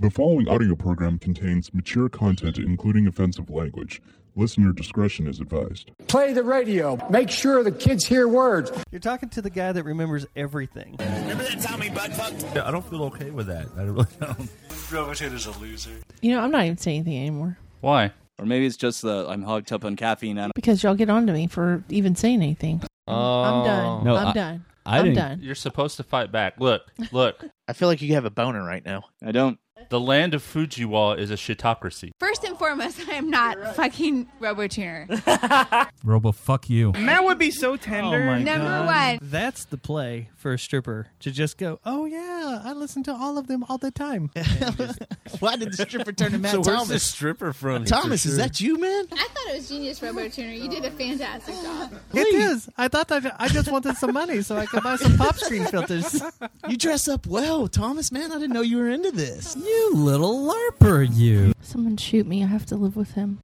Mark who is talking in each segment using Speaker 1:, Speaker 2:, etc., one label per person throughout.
Speaker 1: The following audio program contains mature content, including offensive language. Listener discretion is advised.
Speaker 2: Play the radio. Make sure the kids hear words.
Speaker 3: You're talking to the guy that remembers everything.
Speaker 4: Oh
Speaker 5: Remember that time we butt fucked?
Speaker 6: Yeah, I don't feel okay with that. I really don't.
Speaker 7: Robotator's a loser.
Speaker 8: You know, I'm not even saying anything anymore
Speaker 9: Why?
Speaker 5: Or maybe it's just that I'm hogged up on caffeine. And
Speaker 8: because y'all get on to me for even saying anything.
Speaker 9: Oh.
Speaker 8: I'm done.
Speaker 4: No,
Speaker 8: I'm
Speaker 4: I-
Speaker 8: done.
Speaker 4: I
Speaker 8: am
Speaker 4: didn't-
Speaker 8: done.
Speaker 9: You're supposed to fight back. Look, look.
Speaker 10: I feel like you have a boner right now.
Speaker 5: I don't.
Speaker 9: the land of Fujiwa is a shitocracy.
Speaker 11: First and foremost, I am not fucking RoboTuner.
Speaker 6: Robo, fuck you.
Speaker 12: That would be so tender.
Speaker 11: Number one.
Speaker 3: That's the play for a stripper to just go, oh yeah, I listen to all of them all the time.
Speaker 4: Why did the stripper turn to Matt
Speaker 6: So where's the
Speaker 4: Thomas?
Speaker 6: stripper from?
Speaker 4: Thomas, is that you, man?
Speaker 11: I thought it was genius, RoboTuner. You did a fantastic job.
Speaker 3: it is. I thought that I just wanted some money so I could buy some pop screen filters.
Speaker 4: You dress up well, Thomas, man. I didn't know you were into this.
Speaker 12: You little LARPer, you.
Speaker 8: Someone shoot me. I have to live with him.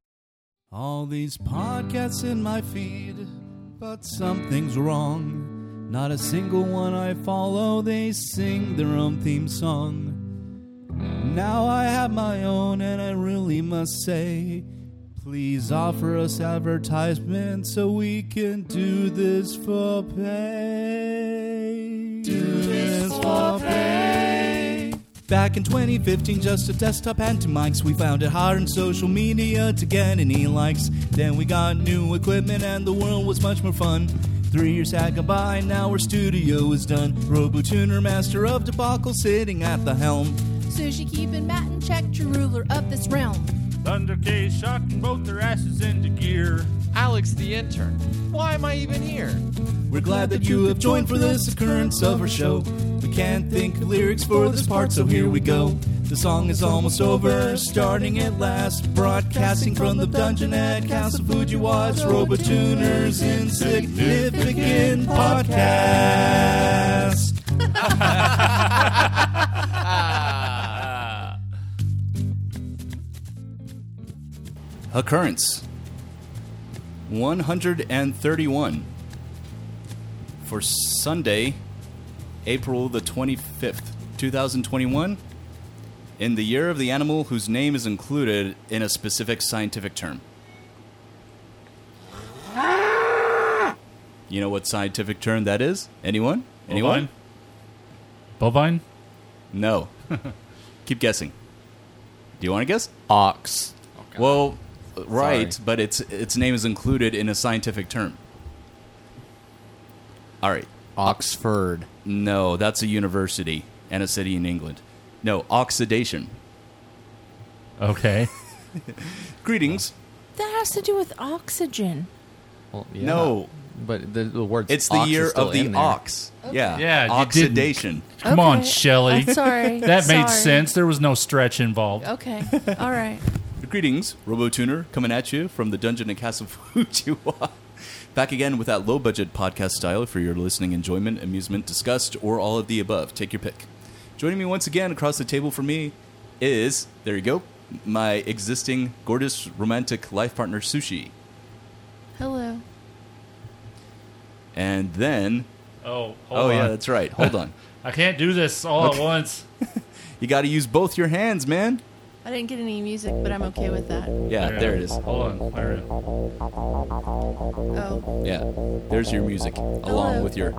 Speaker 12: All these podcasts in my feed, but something's wrong. Not a single one I follow, they sing their own theme song. Now I have my own, and I really must say, please offer us advertisement so we can do this for pay. Do this for pay. Back in 2015, just a desktop and two mics. We found it hard on social media to get any likes. Then we got new equipment and the world was much more fun. Three years had gone by, now our studio is done. RoboTuner, master of debacle, sitting at the helm.
Speaker 11: Sushi keeping Matt in check, true ruler of this realm.
Speaker 9: Thunder K shocking both their asses into gear.
Speaker 12: Alex the intern. Why am I even here? We're glad that you have joined for this occurrence of our show. We can't think of lyrics for this part, so here we go. The song is almost over, starting at last. Broadcasting from the dungeon at Castle Fujiwa's Robotuner's Insignificant Podcast. Occurrence 131 for Sunday, April the 25th, 2021, in the year of the animal whose name is included in a specific scientific term. You know what scientific term that is? Anyone? Anyone?
Speaker 9: Bovine?
Speaker 12: No. Keep guessing. Do you want to guess?
Speaker 6: Ox.
Speaker 12: Well, uh, right, but its its name is included in a scientific term. All right.
Speaker 6: Oxford.
Speaker 12: No, that's a university and a city in England. No, oxidation.
Speaker 9: Okay.
Speaker 12: Greetings.
Speaker 8: That has to do with oxygen.
Speaker 4: Well, yeah.
Speaker 12: No,
Speaker 4: but the, the word
Speaker 12: it's the year of the ox. Yeah.
Speaker 9: Yeah, you didn't.
Speaker 12: Oxidation.
Speaker 9: Come on,
Speaker 8: Okay.
Speaker 9: Shelly.
Speaker 8: I'm sorry.
Speaker 9: That made
Speaker 8: Sorry. Oh.
Speaker 9: sense. There was no stretch involved.
Speaker 8: Okay. All right.
Speaker 12: Greetings, RoboTuner, coming at you from the dungeon and castle Fujiwa. Back again with that low budget podcast style for your listening enjoyment, amusement, disgust, or all of the above. Take your pick. Joining me once again across the table from me is, there you go, my existing gorgeous romantic life partner, Sushi.
Speaker 8: Hello.
Speaker 12: And then,
Speaker 9: Oh, hold
Speaker 12: oh,
Speaker 9: on.
Speaker 12: yeah, that's right. Hold on.
Speaker 9: I can't do this all at once.
Speaker 12: You got to use both your hands, man.
Speaker 8: I didn't get any music, but I'm okay with that.
Speaker 12: Yeah, there it is.
Speaker 9: Hold on. There it is.
Speaker 8: Oh.
Speaker 12: Yeah, there's your music along
Speaker 8: Hello.
Speaker 12: with your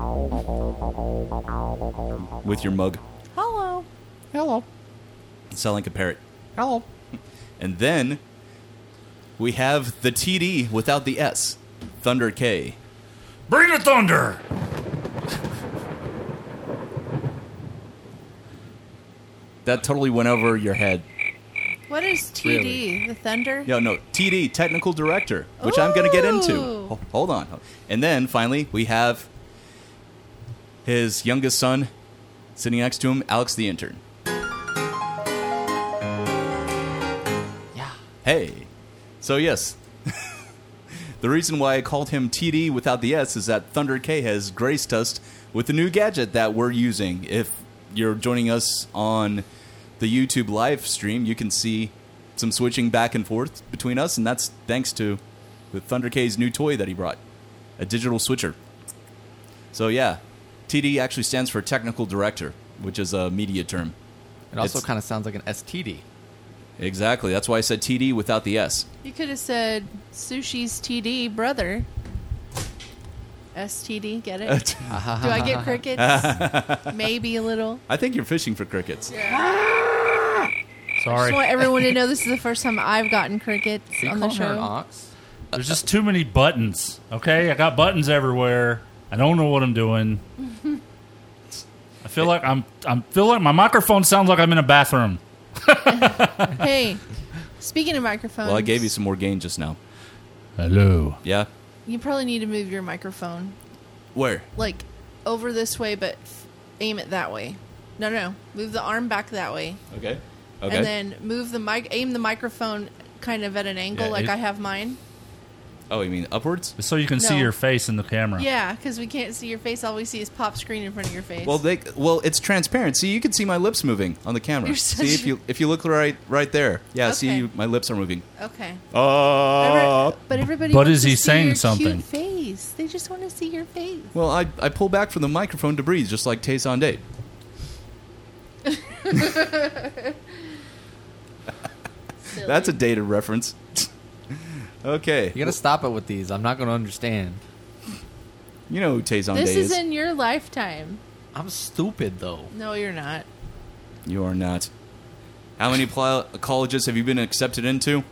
Speaker 12: with your mug.
Speaker 8: Hello.
Speaker 12: Sound like a parrot. Hello. And then we have the TD without the S, Thunder K.
Speaker 9: Bring the thunder!
Speaker 12: That totally went over your head.
Speaker 8: What is TD? The thunder?
Speaker 12: No, no, TD, technical director, which I'm going to get into.
Speaker 8: Ooh.
Speaker 12: Ho- Hold on. And then finally, we have his youngest son sitting next to him, Alex the intern. Yeah. Hey. So, yes. the reason why I called him TD without the S is that Thunder K has graced us with a new gadget that we're using. If you're joining us on the YouTube live stream, you can see some switching back and forth between us, and that's thanks to the Thunder K's new toy that he brought a digital switcher. So, yeah, TD actually stands for Technical Director, which is a media term.
Speaker 7: It also
Speaker 12: It's-
Speaker 7: kind of sounds like an STD.
Speaker 12: Exactly. That's why I said TD without the S.
Speaker 8: You could have said sushi's TD brother. STD, get it? Do I get crickets? Maybe a little.
Speaker 12: I think you're fishing for crickets.
Speaker 8: I just want everyone to know this is the first time I've gotten crickets
Speaker 7: you
Speaker 8: on the
Speaker 7: calling her an
Speaker 8: show.
Speaker 9: There's just too many buttons. Okay, I got buttons everywhere. I don't know what I'm doing. I feel like I'm. I'm feel like my microphone sounds like I'm in a bathroom.
Speaker 8: hey, speaking of microphones,
Speaker 12: Well, I gave you some more gain just now.
Speaker 9: Hello.
Speaker 12: Yeah.
Speaker 8: you probably need to move your microphone
Speaker 12: Where?
Speaker 8: like over this way, but f- aim it that way. No, no, move the arm back that way,
Speaker 12: Okay. Okay.
Speaker 8: and then move the mic, aim the microphone kind of at an angle,
Speaker 9: Yeah,
Speaker 8: like
Speaker 9: it-
Speaker 8: I have mine.
Speaker 12: oh, you mean upwards?
Speaker 9: So you can
Speaker 8: No.
Speaker 9: see your face in the camera.
Speaker 8: Yeah, because we can't see your face. All we see is pop screen in front of your face.
Speaker 12: Well, they well, it's transparent. See, you can see my lips moving on the camera.
Speaker 8: You're such
Speaker 12: see if
Speaker 8: a-
Speaker 12: you if you look right right there. Yeah, see
Speaker 8: Okay.
Speaker 12: you, my lips are moving.
Speaker 8: okay.
Speaker 12: Uh,
Speaker 8: But everybody.
Speaker 12: But
Speaker 8: wants
Speaker 12: is
Speaker 8: to
Speaker 12: he
Speaker 8: see
Speaker 12: saying
Speaker 8: your
Speaker 12: something?
Speaker 8: Cute face. They just want to see your face.
Speaker 12: well, I I pull back from the microphone to breathe, just like Tay Day. That's a dated reference. okay. You
Speaker 7: gotta stop it with these. I'm not gonna understand.
Speaker 12: You know who Tay Day
Speaker 8: this
Speaker 12: is.
Speaker 8: is in your lifetime.
Speaker 7: I'm stupid though.
Speaker 8: No, you're not.
Speaker 12: you are not. How many pl- colleges have you been accepted into?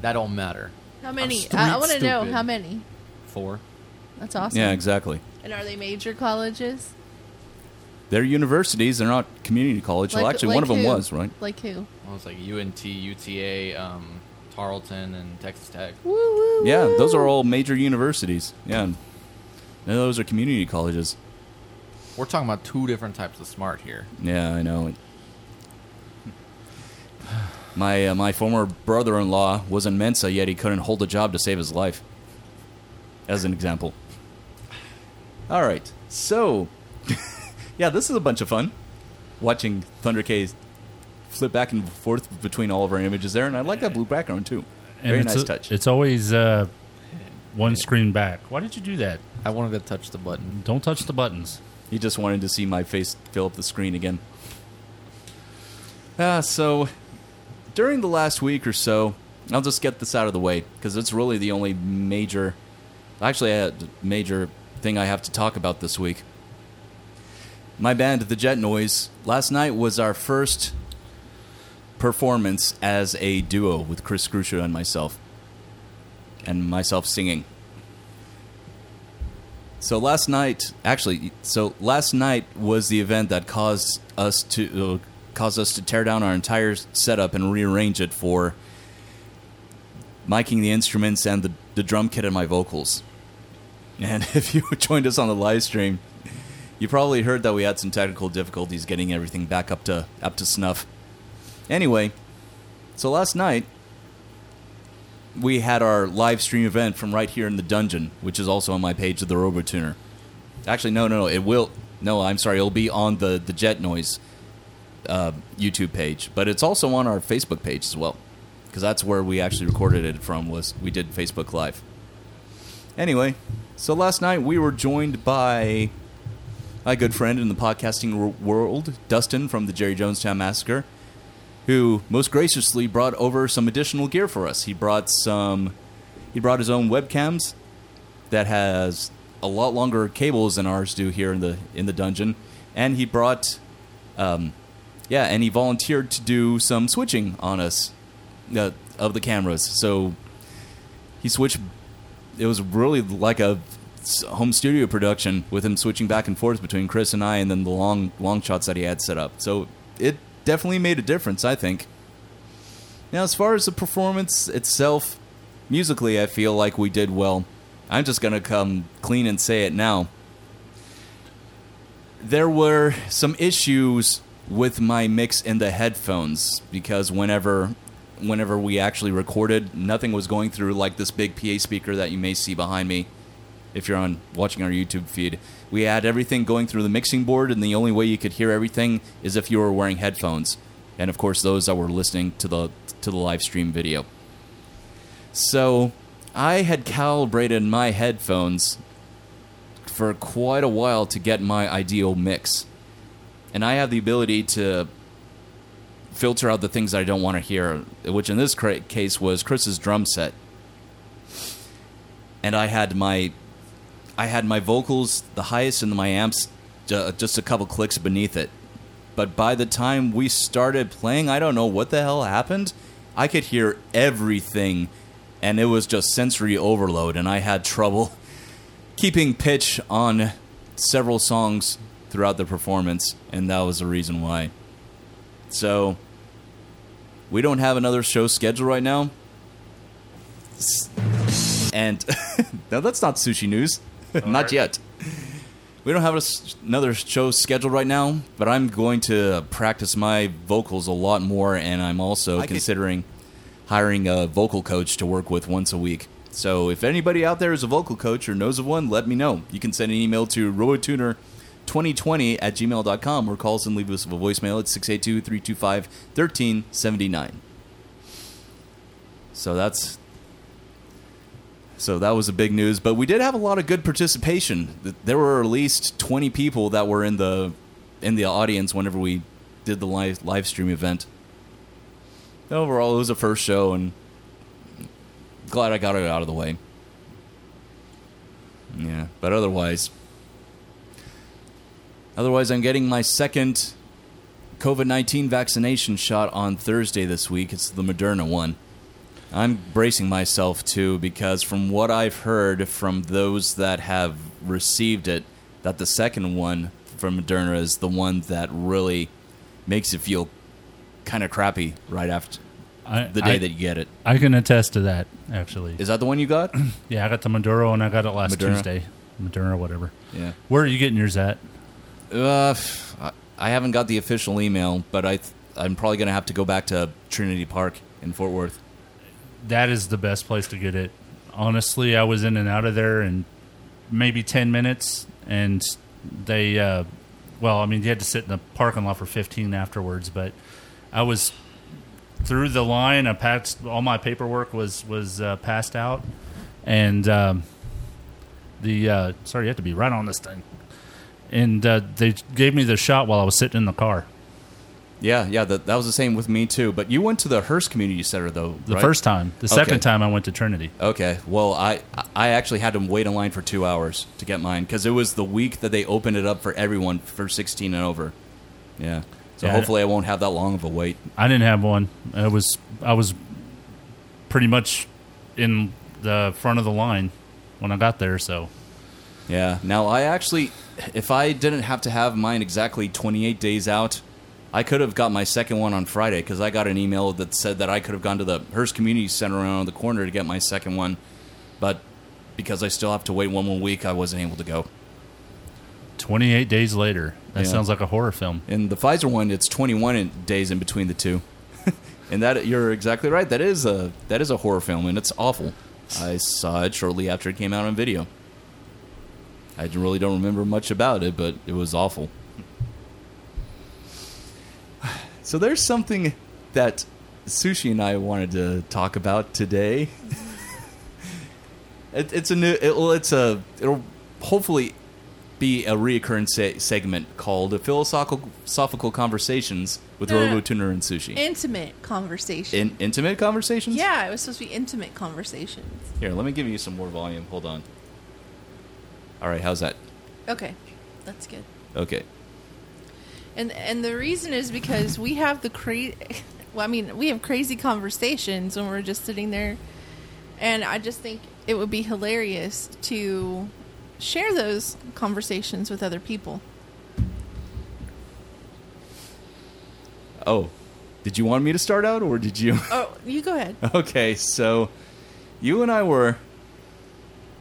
Speaker 7: That don't matter.
Speaker 8: How many? I, I want to know how many.
Speaker 7: Four.
Speaker 8: That's awesome.
Speaker 12: Yeah, exactly.
Speaker 8: And are they major colleges?
Speaker 12: They're universities. They're not community college. well, actually, one of them
Speaker 8: who?
Speaker 12: was right.
Speaker 8: Like who?
Speaker 7: Well, it's like UNT, UTA, um, Tarleton, and Texas Tech.
Speaker 12: Yeah, those are all major universities. Yeah, and none of those are community colleges.
Speaker 7: We're talking about two different types of smart here.
Speaker 12: Yeah, I know. My uh, my former brother-in-law was in Mensa, yet he couldn't hold a job to save his life. As an example. All right, so yeah, this is a bunch of fun. Watching Thunder K flip back and forth between all of our images there, and I like that blue background too.
Speaker 9: And
Speaker 12: Very
Speaker 9: it's
Speaker 12: nice
Speaker 9: a-
Speaker 12: touch.
Speaker 9: It's always uh, one screen back. Why did you do that?
Speaker 7: I wanted to touch the button.
Speaker 9: Don't touch the buttons.
Speaker 12: He just wanted to see my face fill up the screen again. Ah, so during the last week or so, I'll just get this out of the way because it's really the only major, actually, a major thing I have to talk about this week. My band, The Jet Noise, last night was our first performance as a duo with Chris Crucia and myself, and myself singing. So last night, actually, so last night was the event that caused us to uh, caused us to tear down our entire setup and rearrange it for miking the instruments and the, the drum kit and my vocals. And if you joined us on the live stream, you probably heard that we had some technical difficulties getting everything back up to up to snuff. Anyway, so last night we had our live stream event from right here in the dungeon, which is also on my page of the RoboTuner. Actually, no, no, no. It will. No, I'm sorry. It'll be on the the Jet Noise uh, YouTube page, but it's also on our Facebook page as well, because that's where we actually recorded it from. Was we did Facebook Live. Anyway, so last night we were joined by my good friend in the podcasting wor- world, Dustin from the Jerry Jonestown Massacre, who most graciously brought over some additional gear for us. He brought some, he brought his own webcams that has a lot longer cables than ours do here in the in the dungeon, and he brought, um, yeah, and he volunteered to do some switching on us uh, of the cameras. So he switched it was really like a s- home studio production with him switching back and forth between Chris and I and then the long long shots that he had set up. So it definitely made a difference, I think. Now, as far as the performance itself, musically I feel like we did well. I'm just going to come clean and say it now. There were some issues with my mix in the headphones because whenever whenever we actually recorded, nothing was going through like this big PA speaker that you may see behind me if you're on watching our YouTube feed. We had everything going through the mixing board and the only way you could hear everything is if you were wearing headphones. And of course those that were listening to the to the live stream video. So I had calibrated my headphones for quite a while to get my ideal mix. And I have the ability to filter out the things I don't want to hear, which in this cra- case was Chris's drum set. And I had my, I had my vocals the highest and my amps ju- just a couple clicks beneath it. But by the time we started playing, I don't know what the hell happened. I could hear everything, and it was just sensory overload, and I had trouble keeping pitch on several songs throughout the performance, and that was the reason why. So, we don't have another show scheduled right now. S- And no, that's not sushi news. not yet. We don't have a s another show scheduled right now, but I'm going to practice my vocals a lot more, and I'm also
Speaker 13: I could-
Speaker 12: considering hiring a vocal coach to work with once a week. So if anybody out there is a vocal coach or knows of one, let me know. You can send an email to robotuner2020 at gmail.com or call us and leave us a voicemail at 682 325 1379. So that's so that was the big news, but we did have a lot of good participation. Th- There were at least 20 people that were in the in the audience whenever we did the live live stream event. Overall, it was a first show and glad I got it out of the way. Yeah, but otherwise Otherwise, I'm getting my second COVID-19 vaccination shot on Thursday this week. It's the Moderna one. I'm bracing myself too because from what I've heard from those that have received it, that the second one from Moderna is the one that really makes you feel kind of crappy right after
Speaker 9: I-
Speaker 12: the day
Speaker 9: I-
Speaker 12: that you get it.
Speaker 9: I can attest to that, actually.
Speaker 12: Is that the one you got?
Speaker 9: yeah, I got the Maduro and I got it last
Speaker 12: Moderna?
Speaker 9: Tuesday. Moderna, whatever.
Speaker 12: Yeah.
Speaker 9: Where are you getting yours at?
Speaker 12: Uh, f- I- I haven't got the official email, but I th- I'm probably gonna have to go back to Trinity Park in Fort Worth.
Speaker 9: That is the best place to get it. Honestly, I was in and out of there in maybe 10 minutes, and they, uh, well, I mean, you had to sit in the parking lot for 15 afterwards, but I was through the line. I passed, all my paperwork was, was uh, passed out, and um, the, uh, sorry, you have to be right on this thing. And uh, they gave me the shot while I was sitting in the car.
Speaker 12: Yeah, yeah, that, that was the same with me too. But you went to the Hearst Community Center though.
Speaker 9: The
Speaker 12: right?
Speaker 9: first time. The
Speaker 12: Okay.
Speaker 9: second time I went to Trinity.
Speaker 12: Okay. Well, I I actually had to wait in line for two hours to get mine because it was the week that they opened it up for everyone for 16 and over. Yeah. So
Speaker 9: Yeah.
Speaker 12: hopefully I won't have that long of a wait.
Speaker 9: I didn't have one. I was I was pretty much in the front of the line when I got there. So
Speaker 12: Yeah. Now I actually, if I didn't have to have mine exactly 28 days out, I could have got my second one on Friday because I got an email that said that I could have gone to the Hearst Community Center around the corner to get my second one, but because I still have to wait one more week, I wasn't able to go.
Speaker 9: 28 days later, that
Speaker 12: Yeah.
Speaker 9: sounds like a horror film.
Speaker 12: And the Pfizer one, it's 21 in, days in between the two. and that you're exactly right. That is a that is a horror film, and it's awful. I saw it shortly after it came out on video. I really don't remember much about it, but it was awful. So there's something that Sushi and I wanted to talk about today. it, it's a new. It, well, it's a. It'll hopefully be a reoccurring se- segment called "Philosophical Philosophical Conversations" with
Speaker 8: No, no, no.
Speaker 12: Robo Tuner and Sushi.
Speaker 8: Intimate conversation.
Speaker 12: In intimate conversations.
Speaker 8: yeah, it was supposed to be intimate conversations.
Speaker 12: Here, let me give you some more volume. Hold on. All right, how's that?
Speaker 8: Okay, that's good.
Speaker 12: Okay.
Speaker 8: And and the reason is because we have the crazy. Well, I mean, we have crazy conversations when we're just sitting there, and I just think it would be hilarious to share those conversations with other people.
Speaker 12: Oh, did you want me to start out, or did you?
Speaker 8: Oh, you go ahead.
Speaker 12: Okay, so you and I were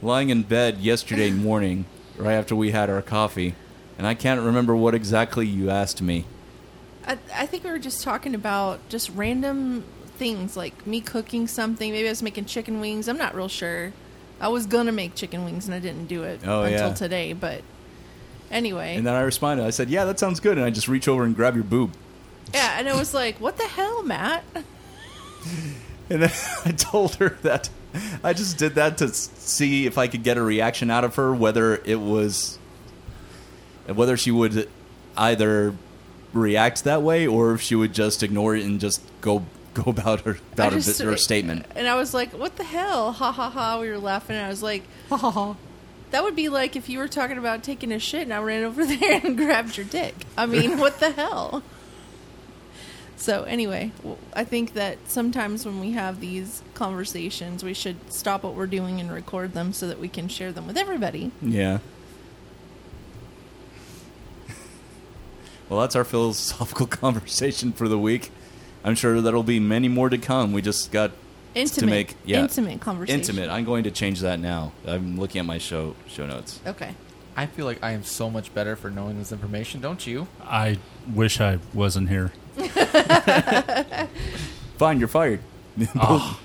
Speaker 12: lying in bed yesterday morning, right after we had our coffee, and I can't remember what exactly you asked me.
Speaker 8: I, I think we were just talking about just random things like me cooking something. Maybe I was making chicken wings. I'm not real sure. I was gonna make chicken wings and I didn't do it
Speaker 12: Oh,
Speaker 8: until
Speaker 12: yeah.
Speaker 8: today. But anyway,
Speaker 12: And then I responded, I said, Yeah, that sounds good. And I just reach over and grab your boob.
Speaker 8: yeah. And it was like, what the hell, Matt?
Speaker 12: And then I told her that I just did that to s- see if I could get a reaction out of her, whether it was, whether she would either react that way, or if she would just ignore it and just go go about her about
Speaker 8: I
Speaker 12: her,
Speaker 8: just- uh,
Speaker 12: her statement.
Speaker 8: And I was like, what the hell? Ha ha ha. We were laughing. And I was like, ha ha ha. That would be like if you were talking about taking a shit and I ran over there and grabbed your dick. I mean, what the hell? So, anyway, w- I think that sometimes when we have these conversations, we should stop what we're doing and record them so that we can share them with everybody.
Speaker 12: Yeah. Well, that's our philosophical conversation for the week. I'm sure there'll be many more to come. We just got to
Speaker 8: Intimate.
Speaker 12: make yeah,
Speaker 8: Intimate conversation.
Speaker 12: Intimate. I'm going to change that now. I'm looking at my show show notes.
Speaker 8: Okay.
Speaker 7: I feel like I am so much better for knowing this information, don't you?
Speaker 9: I wish I wasn't here.
Speaker 12: Fine, you're fired.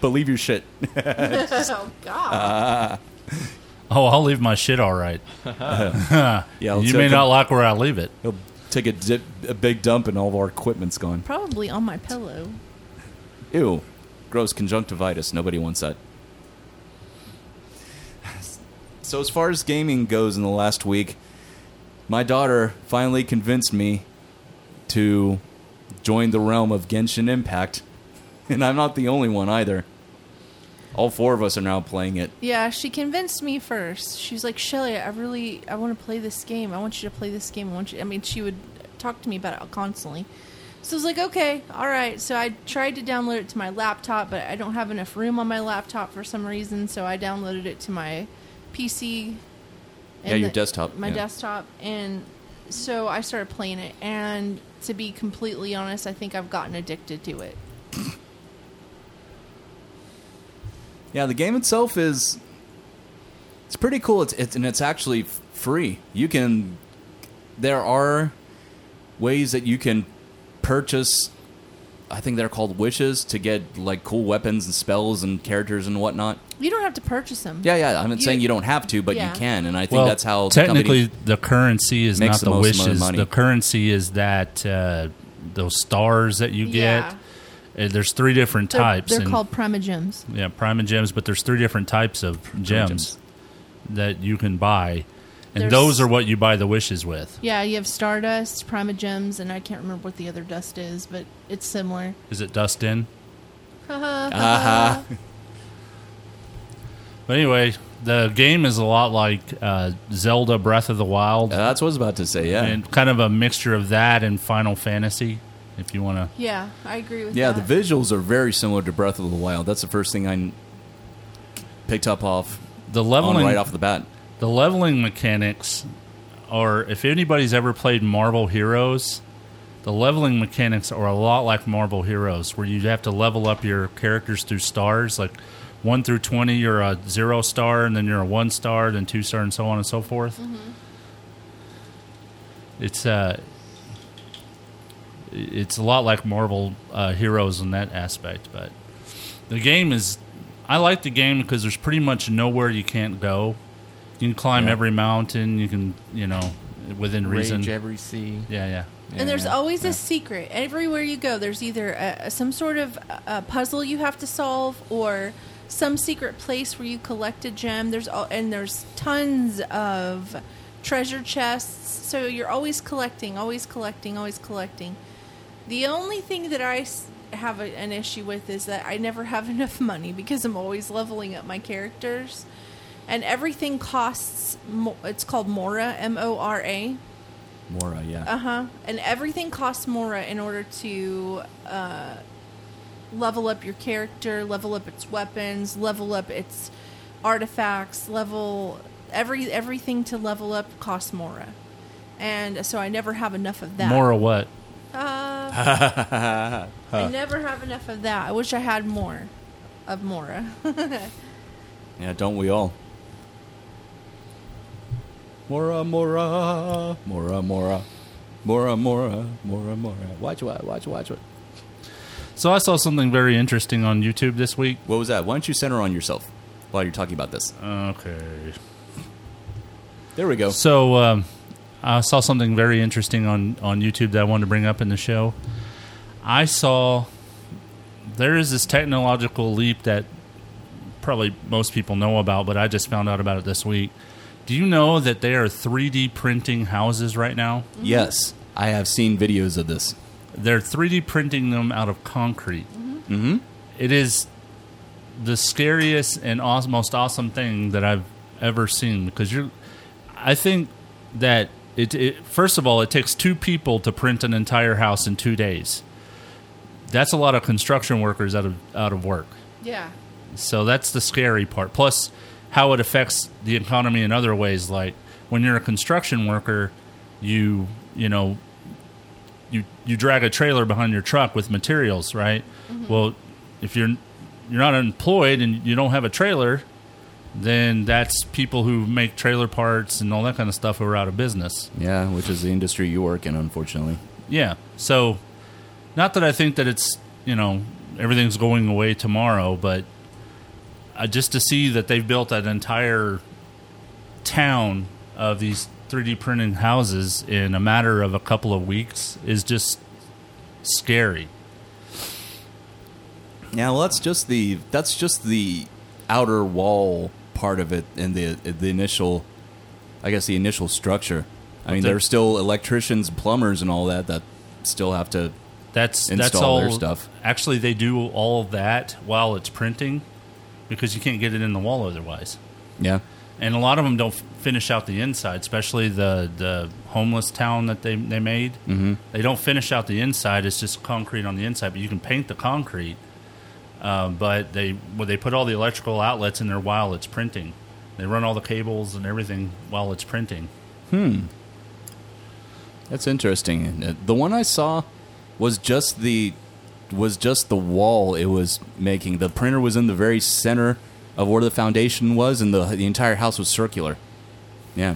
Speaker 12: Believe your shit.
Speaker 8: oh, God.
Speaker 9: oh, I'll leave my shit all right.
Speaker 12: yeah,
Speaker 9: you may not like where I leave it.
Speaker 12: He'll take a, dip, a big dump and all of our equipment's gone.
Speaker 8: Probably on my pillow.
Speaker 12: Ew, gross conjunctivitis. Nobody wants that. So as far as gaming goes in the last week, my daughter finally convinced me to join the realm of Genshin Impact, and I'm not the only one either. All four of us are now playing it.
Speaker 8: Yeah, she convinced me first. She was like, Shelly, I really I want to play this game. I want you to play this game. I want you I mean, she would talk to me about it constantly. So I was like, okay, all right. So I tried to download it to my laptop, but I don't have enough room on my laptop for some reason, so I downloaded it to my PC.
Speaker 12: Yeah,
Speaker 8: and
Speaker 12: your desktop,
Speaker 8: My
Speaker 12: yeah.
Speaker 8: desktop and so I started playing it and to be completely honest, I think I've gotten addicted to it.
Speaker 12: Yeah, the game itself is it's pretty cool. It's, it's and it's actually f- free. You can there are ways that you can purchase. I think they're called wishes to get like cool weapons and spells and characters and whatnot.
Speaker 8: You don't have to purchase them.
Speaker 12: Yeah, yeah. I'm not saying you don't have to, but
Speaker 8: Yeah.
Speaker 12: you can, and I think
Speaker 9: Well,
Speaker 12: that's how the company-
Speaker 9: technically the currency is
Speaker 12: makes
Speaker 9: not
Speaker 12: the
Speaker 9: the,
Speaker 12: most amount of
Speaker 9: wishes.
Speaker 12: money.
Speaker 9: The currency is that uh, those stars that you
Speaker 8: Yeah.
Speaker 9: get. Uh, There's three different
Speaker 8: They're-
Speaker 9: types.
Speaker 8: They're
Speaker 9: and-
Speaker 8: called primogems.
Speaker 9: Yeah, prime and gems, but there's three different types of gems,
Speaker 8: gems.
Speaker 9: that you can buy, and
Speaker 8: There's-
Speaker 9: those are what you buy the wishes with.
Speaker 8: Yeah, you have Stardust, Primogems, and I can't remember what the other dust is, but it's similar.
Speaker 9: Is it Dustin?
Speaker 8: Haha.
Speaker 9: But anyway, the game is a lot like uh, Zelda Breath of the Wild.
Speaker 12: that's what I was about to say. Yeah,
Speaker 9: and kind of a mixture of that and Final Fantasy, if you want to.
Speaker 8: yeah, I agree with
Speaker 12: yeah,
Speaker 8: that.
Speaker 12: the visuals are very similar to Breath of the Wild. That's the first thing I n- picked up off
Speaker 9: the leveling
Speaker 12: right off the bat.
Speaker 9: The leveling mechanics are if anybody's ever played Marvel Heroes, the leveling mechanics are a lot like Marvel Heroes, where you have to level up your characters through stars. Like one through twenty, you're a zero star, and then you're a one star, then two star, and so on and so forth.
Speaker 7: Mm-hmm.
Speaker 9: It's uh, it's a lot like Marvel uh, Heroes in that aspect, but the game is. I like the game because there's pretty much nowhere you can't go. You can climb
Speaker 7: Yeah.
Speaker 9: every mountain. You can, you know, within
Speaker 7: Rage
Speaker 9: reason.
Speaker 7: every sea.
Speaker 9: Yeah, yeah.
Speaker 8: and there's always a secret. Everywhere you go, there's either a, some sort of uh puzzle you have to solve or some secret place where you collect a gem. There's all, and there's tons of treasure chests. So you're always collecting, always collecting, always collecting. The only thing that I s- have a, an issue with is that I never have enough money because I'm always leveling up my characters. And everything costs, mo- it's called Mora, M O R A.
Speaker 12: Mora, yeah.
Speaker 8: Uh huh. And everything costs Mora in order to uh, level up your character, level up its weapons, level up its artifacts, level every everything to level up costs Mora. And so I never have enough of that.
Speaker 9: More or what?
Speaker 8: Uh,
Speaker 12: I
Speaker 8: I never have enough of that. I wish I had more of Mora.
Speaker 12: Yeah, don't we all? Mora, Mora, Mora, Mora, Mora, Mora, Mora, Mora. Watch, watch, watch, watch, watch.
Speaker 9: So I saw something very interesting on YouTube this week.
Speaker 12: What was that? Why don't you center on yourself while you're talking about this?
Speaker 9: Okay.
Speaker 12: There we go.
Speaker 9: Uh, So um, I saw something very interesting on, on YouTube that I wanted to bring up in the show. I saw there is this technological leap that probably most people know about, but I just found out about it this week. Do you know that they are 3D printing houses right now?
Speaker 12: Yes. I have seen videos of this.
Speaker 9: They're 3D printing them out of concrete.
Speaker 12: Mm-hmm.
Speaker 9: It is the scariest and awesome, most awesome thing that I've ever seen because you're. I think that it, it. First of all, it takes two people to print an entire house in two days. That's a lot of construction workers out of out of work.
Speaker 8: Yeah.
Speaker 9: So that's the scary part. Plus, how it affects the economy in other ways. Like when you're a construction worker, you you know you you drag a trailer behind your truck with materials, right?
Speaker 13: Mhm.
Speaker 9: Well, if you're you're not employed and you don't have a trailer, then that's people who make trailer parts and all that kind of stuff who are out of business.
Speaker 12: Yeah, which is the industry you work in, unfortunately.
Speaker 9: Yeah. So, not that I think that it's, you know, everything's going away tomorrow, but uh, just to see that they've built an entire town of these 3D printed houses in a matter of a couple of weeks is just scary.
Speaker 12: Yeah, well, that's just the that's just the outer wall part of it, and the the initial, I guess, the initial structure. I mean,
Speaker 9: the-
Speaker 12: there are still electricians, plumbers, and all that that still have to
Speaker 9: That's
Speaker 12: install
Speaker 9: that's all
Speaker 12: their stuff.
Speaker 9: Actually, they do all of that while it's printing because you can't get it in the wall otherwise.
Speaker 12: Yeah.
Speaker 9: and a lot of them don't f- finish out the inside, especially the the homeless town that they they made.
Speaker 12: Mhm.
Speaker 9: They don't finish out the inside; it's just concrete on the inside. But you can paint the concrete. Uh, but they well, they put all the electrical outlets in there while it's printing. They run all the cables and everything while it's printing.
Speaker 12: Hmm. That's interesting. Uh, The one I saw was just the was just the wall it was making. The printer was in the very center of where the foundation was, and the the entire house was circular. Yeah.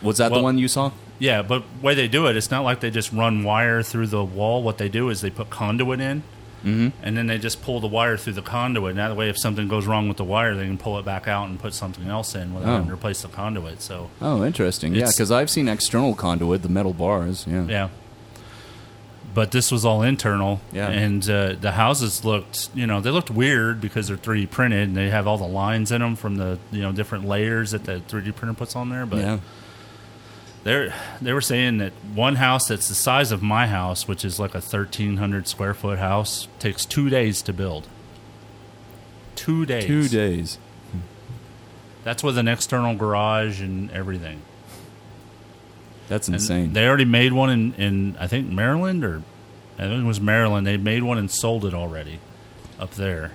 Speaker 12: Was that
Speaker 9: Well-
Speaker 12: the one you saw?
Speaker 9: Yeah, but way they do it, it's not like they just run wire through the wall. What they do is they put conduit in,
Speaker 12: Mhm.
Speaker 9: and then they just pull the wire through the conduit. And that way, if something goes wrong with the wire, they can pull it back out and put something else in without
Speaker 12: Oh.
Speaker 9: having to replace the conduit. So
Speaker 12: Oh, interesting. Yeah,
Speaker 9: It's-
Speaker 12: because I've seen external conduit, the metal bars. Yeah.
Speaker 9: Yeah. But this was all internal.
Speaker 12: Yeah.
Speaker 9: And uh, the houses looked, you know, they looked weird because they're 3D printed and they have all the lines in them from the, you know, different layers that the 3D printer puts on there. But
Speaker 12: Yeah.
Speaker 9: they're, they were saying that one house that's the size of my house, which is like a 1,300 square foot house, takes two days to build. Two days.
Speaker 12: Two days.
Speaker 9: That's with an external garage and everything.
Speaker 12: That's
Speaker 9: And
Speaker 12: insane.
Speaker 9: they already made one in, in I think Maryland or I think it was Maryland. They made one and sold it already up there.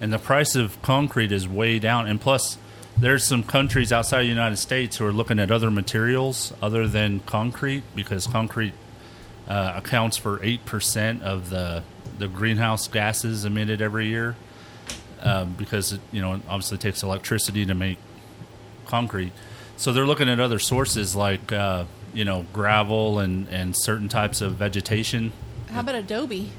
Speaker 9: And the price of concrete is way down. And plus there's some countries outside the United States who are looking at other materials other than concrete because concrete uh, accounts for eight percent of the the greenhouse gases emitted every year. Um, because it, you know, it obviously takes electricity to make concrete. So they're looking at other sources like uh, you know gravel and and certain types of vegetation.
Speaker 8: How about Adobe?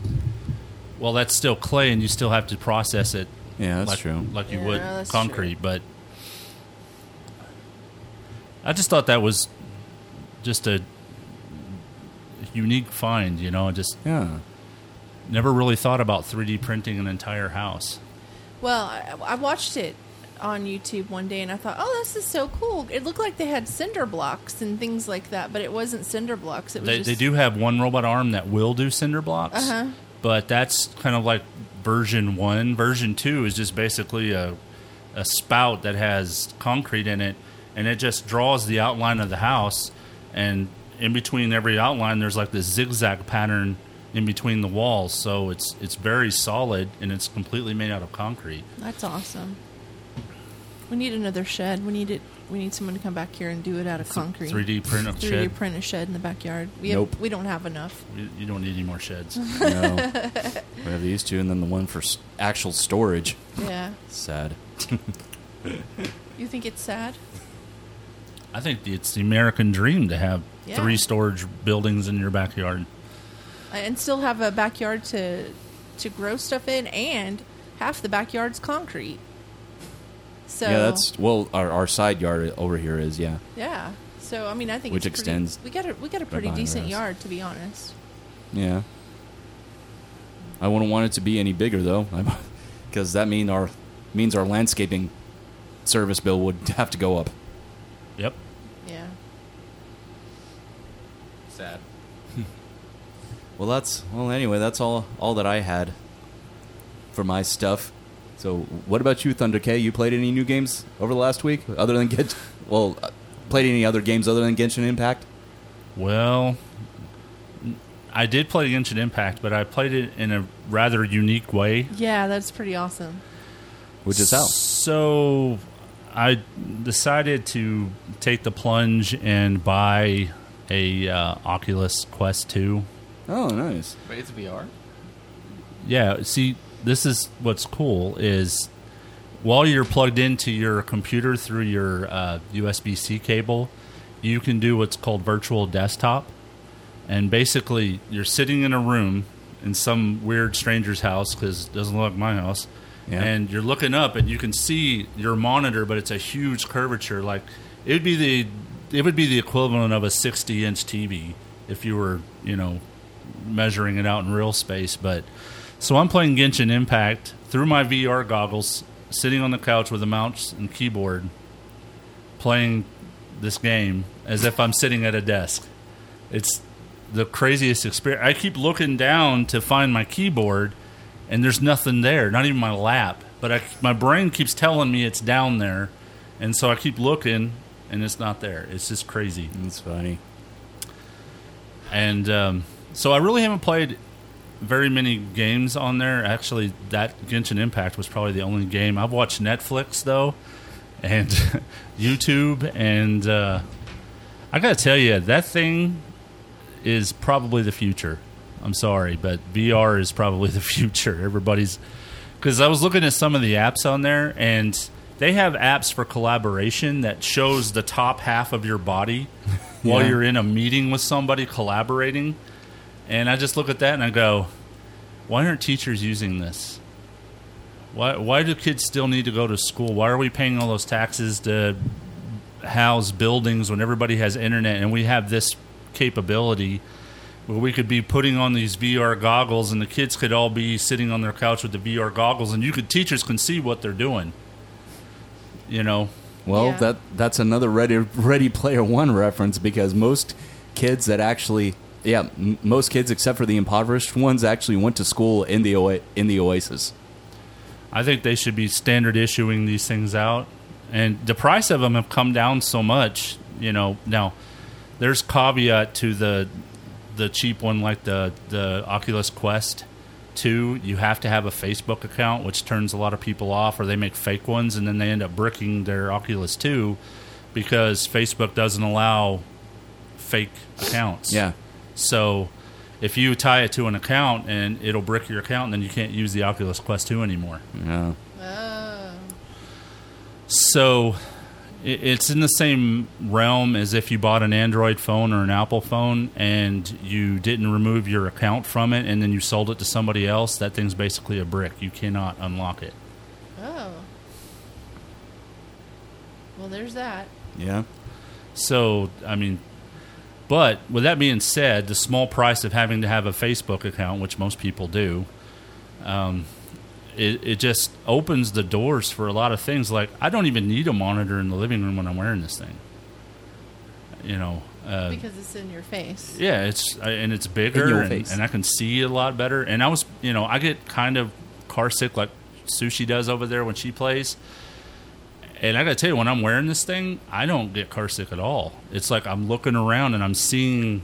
Speaker 9: Well, that's still clay, and you still have to process it.
Speaker 12: Yeah, that's
Speaker 9: like,
Speaker 12: true.
Speaker 9: Like you
Speaker 8: Yeah,
Speaker 9: would
Speaker 8: that's
Speaker 9: concrete, but I just thought that was just a unique find. You know, I just
Speaker 12: yeah.
Speaker 9: Never really thought about 3D printing an entire house.
Speaker 8: Well, I, I watched it on YouTube one day and I thought, oh, this is so cool. It looked like they had cinder blocks and things like that, but it wasn't cinder blocks. It was
Speaker 9: They,
Speaker 8: just,
Speaker 9: they do have one robot arm that will do cinder blocks.
Speaker 8: Uh-huh.
Speaker 9: but that's kind of like version one. Version two is just basically a a spout that has concrete in it, and it just draws the outline of the house. And in between every outline, there's like this zigzag pattern in between the walls. So it's it's very solid and it's completely made out of concrete.
Speaker 8: That's awesome. We need another shed. We need it. We need someone to come back here and do it out of concrete.
Speaker 9: 3D print a
Speaker 8: 3D
Speaker 9: shed.
Speaker 8: print a shed in the backyard. We have,
Speaker 12: Nope.
Speaker 8: we don't have enough.
Speaker 9: You, you don't need any more sheds.
Speaker 12: No. we have these two, and then the one for s- actual storage.
Speaker 8: Yeah.
Speaker 12: Sad.
Speaker 8: You think it's sad?
Speaker 9: I think it's the American dream to have
Speaker 8: Yeah.
Speaker 9: three storage buildings in your backyard.
Speaker 8: and still have a backyard to to grow stuff in and half the backyard's concrete so
Speaker 12: yeah, that's well, our, our side yard over here is yeah.
Speaker 8: yeah. so i mean i think
Speaker 12: Which
Speaker 8: it's pretty-
Speaker 12: extends
Speaker 8: we got a we got a
Speaker 12: right
Speaker 8: pretty
Speaker 12: behind our
Speaker 8: decent
Speaker 12: house.
Speaker 8: yard to be honest
Speaker 12: Yeah. I wouldn't want it to be any bigger though, because that mean our means our landscaping service bill would have to go up.
Speaker 9: Yep.
Speaker 8: yeah
Speaker 7: Sad.
Speaker 12: Well, that's well. Anyway, that's all all that I had for my stuff. So, what about you, Thunder K? You played any new games over the last week, other than Genshin? Well, uh, played any other games other than Genshin Impact?
Speaker 9: Well, I did play Genshin Impact, but I played it in a rather unique way.
Speaker 8: Yeah, that's pretty awesome.
Speaker 12: Which is how?
Speaker 9: So I decided to take the plunge and buy a uh, Oculus Quest 2.
Speaker 12: Oh, nice.
Speaker 7: Wait, it's VR.
Speaker 9: Yeah, see, this is what's cool is while you're plugged into your computer through your uh, USB-C cable, you can do what's called virtual desktop, and basically you're sitting in a room in some weird stranger's house because it doesn't look like my house,
Speaker 12: Yeah.
Speaker 9: and you're looking up and you can see your monitor, but it's a huge curvature. Like it would be the it would be the equivalent of a 60 inch TV if you were you know measuring it out in real space. But so I'm playing Genshin Impact through my VR goggles, sitting on the couch with a mouse and keyboard, playing this game as if I'm sitting at a desk. It's the craziest experience. I keep looking down to find my keyboard, and there's nothing there, not even my lap. But I, my brain keeps telling me it's down there, and so I keep looking, and it's not there. It's just crazy.
Speaker 12: It's funny.
Speaker 9: And um, so I really haven't played very many games on there. Actually, that Genshin Impact was probably the only game I've watched. Netflix though, and YouTube, and uh, I gotta tell you that thing is probably the future. I'm sorry, but VR is probably the future. Everybody's because I was looking at some of the apps on there, and they have apps for collaboration that shows the top half of your body while
Speaker 13: Yeah.
Speaker 9: you're in a meeting with somebody collaborating. And I just look at that and I go, why aren't teachers using this? Why, why do kids still need to go to school? Why are we paying all those taxes to house buildings when everybody has internet and we have this capability where we could be putting on these VR goggles and the kids could all be sitting on their couch with the VR goggles and you could teachers can see what they're doing. You know,
Speaker 12: Well,
Speaker 9: Yeah.
Speaker 12: that that's another Ready Ready Player One reference because most kids that actually, yeah, m- most kids except for the impoverished ones actually went to school in the Oa- in the Oasis.
Speaker 9: I think they should be standard issuing these things out, and the price of them have come down so much. You know, now there's caveat to the the cheap one like the the Oculus Quest two. You have to have a Facebook account, which turns a lot of people off, or they make fake ones, and then they end up bricking their Oculus two because Facebook doesn't allow fake accounts.
Speaker 12: Yeah.
Speaker 9: So if you tie it to an account and it'll brick your account, then you can't use the Oculus Quest 2 anymore.
Speaker 12: Yeah.
Speaker 9: So i- it's in the same realm as if you bought an Android phone or an Apple phone and you didn't remove your account from it and then you sold it to somebody else. That thing's basically a brick. You cannot unlock it.
Speaker 8: Oh. Well, there's that.
Speaker 12: Yeah.
Speaker 9: So, I mean, but with that being said, the small price of having to have a Facebook account, which most people do, um, it, it just opens the doors for a lot of things. Like, I don't even need a monitor in the living room when I'm wearing this thing. You know, uh,
Speaker 8: because it's in your face.
Speaker 9: yeah, it's I- and it's bigger,
Speaker 12: In your
Speaker 9: and,
Speaker 12: face.
Speaker 9: and I can see a lot better. And I was, you know, I get kind of car sick like Sushi does over there when she plays. And I gotta tell you, when I'm wearing this thing, I don't get car sick at all. It's like I'm looking around and I'm seeing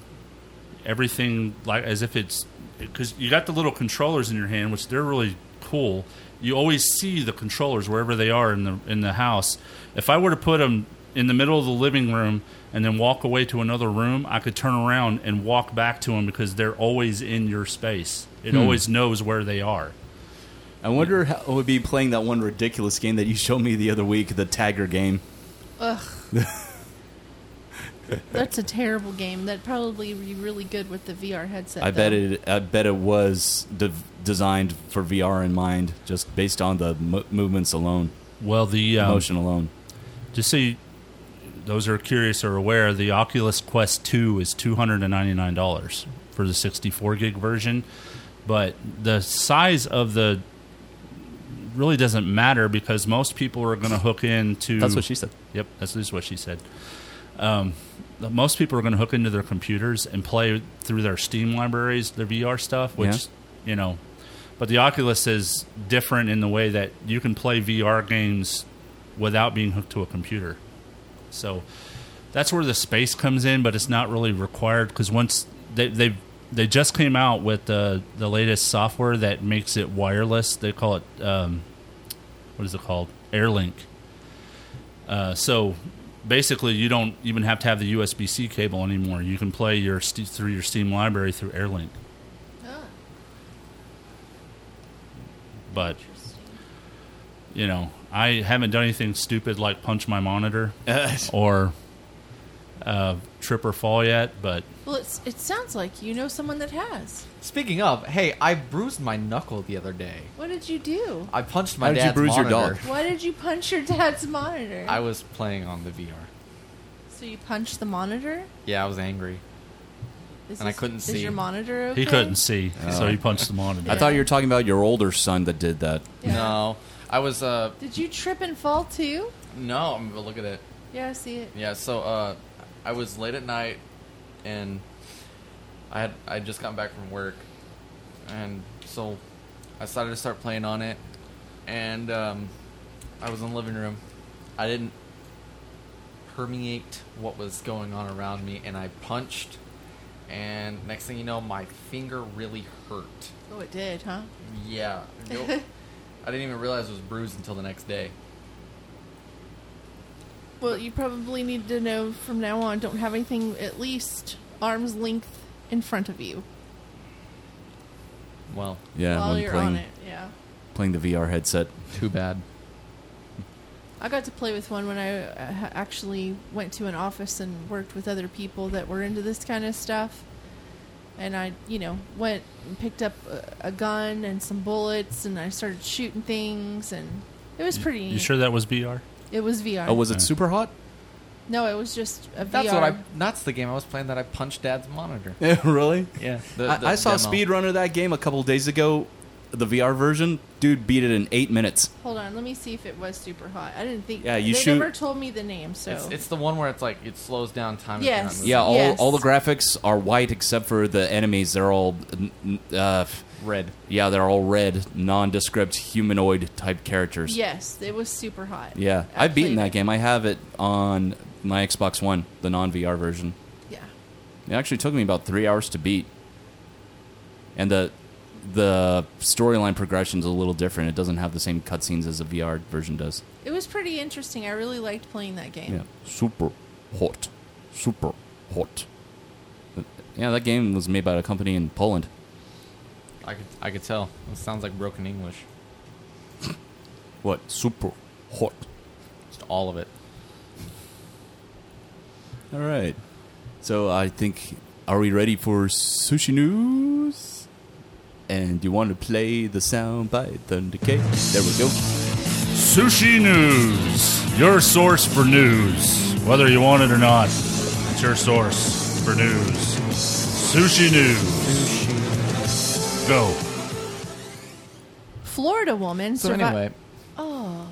Speaker 9: everything like as if it's because you got the little controllers in your hand, which they're really cool. You always see the controllers wherever they are in the in the house. If I were to put them in the middle of the living room and then walk away to another room, I could turn around and walk back to them because they're always in your space. It
Speaker 12: Hmm.
Speaker 9: always knows where they are.
Speaker 12: I wonder how it would be playing that one ridiculous game that you showed me the other week, the Tagger game.
Speaker 8: Ugh. That's a terrible game. That'd probably be really good with the VR headset.
Speaker 12: I bet
Speaker 8: though.
Speaker 12: it. I bet it was de- designed for VR in mind, just based on the mo- movements alone.
Speaker 9: Well, the um,
Speaker 12: motion alone.
Speaker 9: Just so you, those who are curious are aware, the Oculus Quest 2 is $299 for the 64 gig version, but the size of the really doesn't matter because most people are going to hook into.
Speaker 12: That's what she said.
Speaker 9: Yep, that's just what she said. Um, the- most people are going to hook into their computers and play through their Steam libraries, their VR stuff, which you know. But the Oculus is different in the way that you can play VR games without being hooked to a computer. So that's where the space comes in, but it's not really required because once they they they just came out with the the latest software that makes it wireless. They call it um, what is it called? AirLink. Uh, so basically, you don't even have to have the USB C cable anymore. You can play your st- through your Steam library through AirLink. But you know, I haven't done anything stupid like punch my monitor or uh, trip or fall yet. But
Speaker 8: Well, it's, it sounds like you know someone that has.
Speaker 7: Speaking of, hey, I bruised my knuckle the other day.
Speaker 8: What did you do?
Speaker 7: I punched my
Speaker 9: How did you
Speaker 7: dad's
Speaker 9: bruise your
Speaker 7: monitor.
Speaker 8: Why did you punch your dad's monitor?
Speaker 7: I was playing on the VR.
Speaker 8: so you punched the monitor?
Speaker 7: Yeah, I was angry.
Speaker 8: Is
Speaker 7: And I
Speaker 8: this-
Speaker 7: couldn't
Speaker 8: is
Speaker 7: see.
Speaker 8: your monitor okay?
Speaker 9: He couldn't see, so he punched the monitor.
Speaker 12: I thought you were talking about your older son that did that.
Speaker 7: No, I was. uh
Speaker 8: Did you trip and fall too?
Speaker 7: No, I'm, look at it.
Speaker 8: Yeah, I see it.
Speaker 7: Yeah, so uh, I was late at night, and I had I had just gotten back from work, and so I decided to start playing on it, and um, I was in the living room. I didn't permeate what was going on around me, and I punched, and next thing you know, my finger really hurt.
Speaker 8: Oh, it did, huh?
Speaker 7: Yeah. Nope. I didn't even realize it was bruised until the next day.
Speaker 8: Well, you probably need to know from now on don't have anything at least arm's length in front of you.
Speaker 7: Well,
Speaker 12: yeah,
Speaker 8: While
Speaker 12: when
Speaker 8: you're
Speaker 12: playing,
Speaker 8: on it, yeah.
Speaker 12: playing the VR headset.
Speaker 7: Too bad.
Speaker 8: I got to play with one when I uh, ha- actually went to an office and worked with other people that were into this kind of stuff. And I, you know, went and picked up a, a gun and some bullets and I started shooting things and it was pretty
Speaker 9: You
Speaker 8: neat.
Speaker 9: sure that was VR?
Speaker 8: It was VR.
Speaker 12: Oh, was it super hot?
Speaker 8: No, it was just a
Speaker 7: That's
Speaker 8: VR.
Speaker 7: what I. That's the game I was playing that I punched Dad's monitor.
Speaker 12: Yeah, really?
Speaker 7: Yeah.
Speaker 12: I, I saw a speedrunner of that game a couple days ago, the VR version. Dude beat it in eight minutes.
Speaker 8: Hold on, let me see if it was super hot. I didn't think
Speaker 12: Yeah, you
Speaker 8: they
Speaker 12: shoot-
Speaker 8: never told me the name, so
Speaker 7: It's, it's the one where it's like it slows down time. if you're
Speaker 8: Yes.
Speaker 7: not moving.
Speaker 12: Yeah, all,
Speaker 8: Yes.
Speaker 12: all the graphics are white except for the enemies. They're all n- n- uh,
Speaker 7: red.
Speaker 12: Yeah, they're all red, nondescript humanoid type characters.
Speaker 8: Yes, it was super hot.
Speaker 12: Yeah,
Speaker 8: I
Speaker 12: I've beaten
Speaker 8: played
Speaker 12: that game. I have it on my Xbox One, the non VR version.
Speaker 8: Yeah.
Speaker 12: It actually took me about three hours to beat, and the the storyline progression is a little different. It doesn't have the same cutscenes as the VR version does.
Speaker 8: It was pretty interesting. I really liked playing that game.
Speaker 12: Yeah, super hot, super hot. But, Yeah, that game was made by a company in Poland.
Speaker 7: I could I could tell. It sounds like broken English.
Speaker 12: What super hot?
Speaker 7: Just all of it.
Speaker 12: All right. So I think are we ready for sushi news? And you want to play the sound by Thunder K? There we go.
Speaker 9: Sushi News, your source for news. Whether you want it or not, it's your source for news. Sushi News. Go.
Speaker 8: Florida woman
Speaker 7: So
Speaker 8: survi-
Speaker 7: anyway,
Speaker 8: Oh.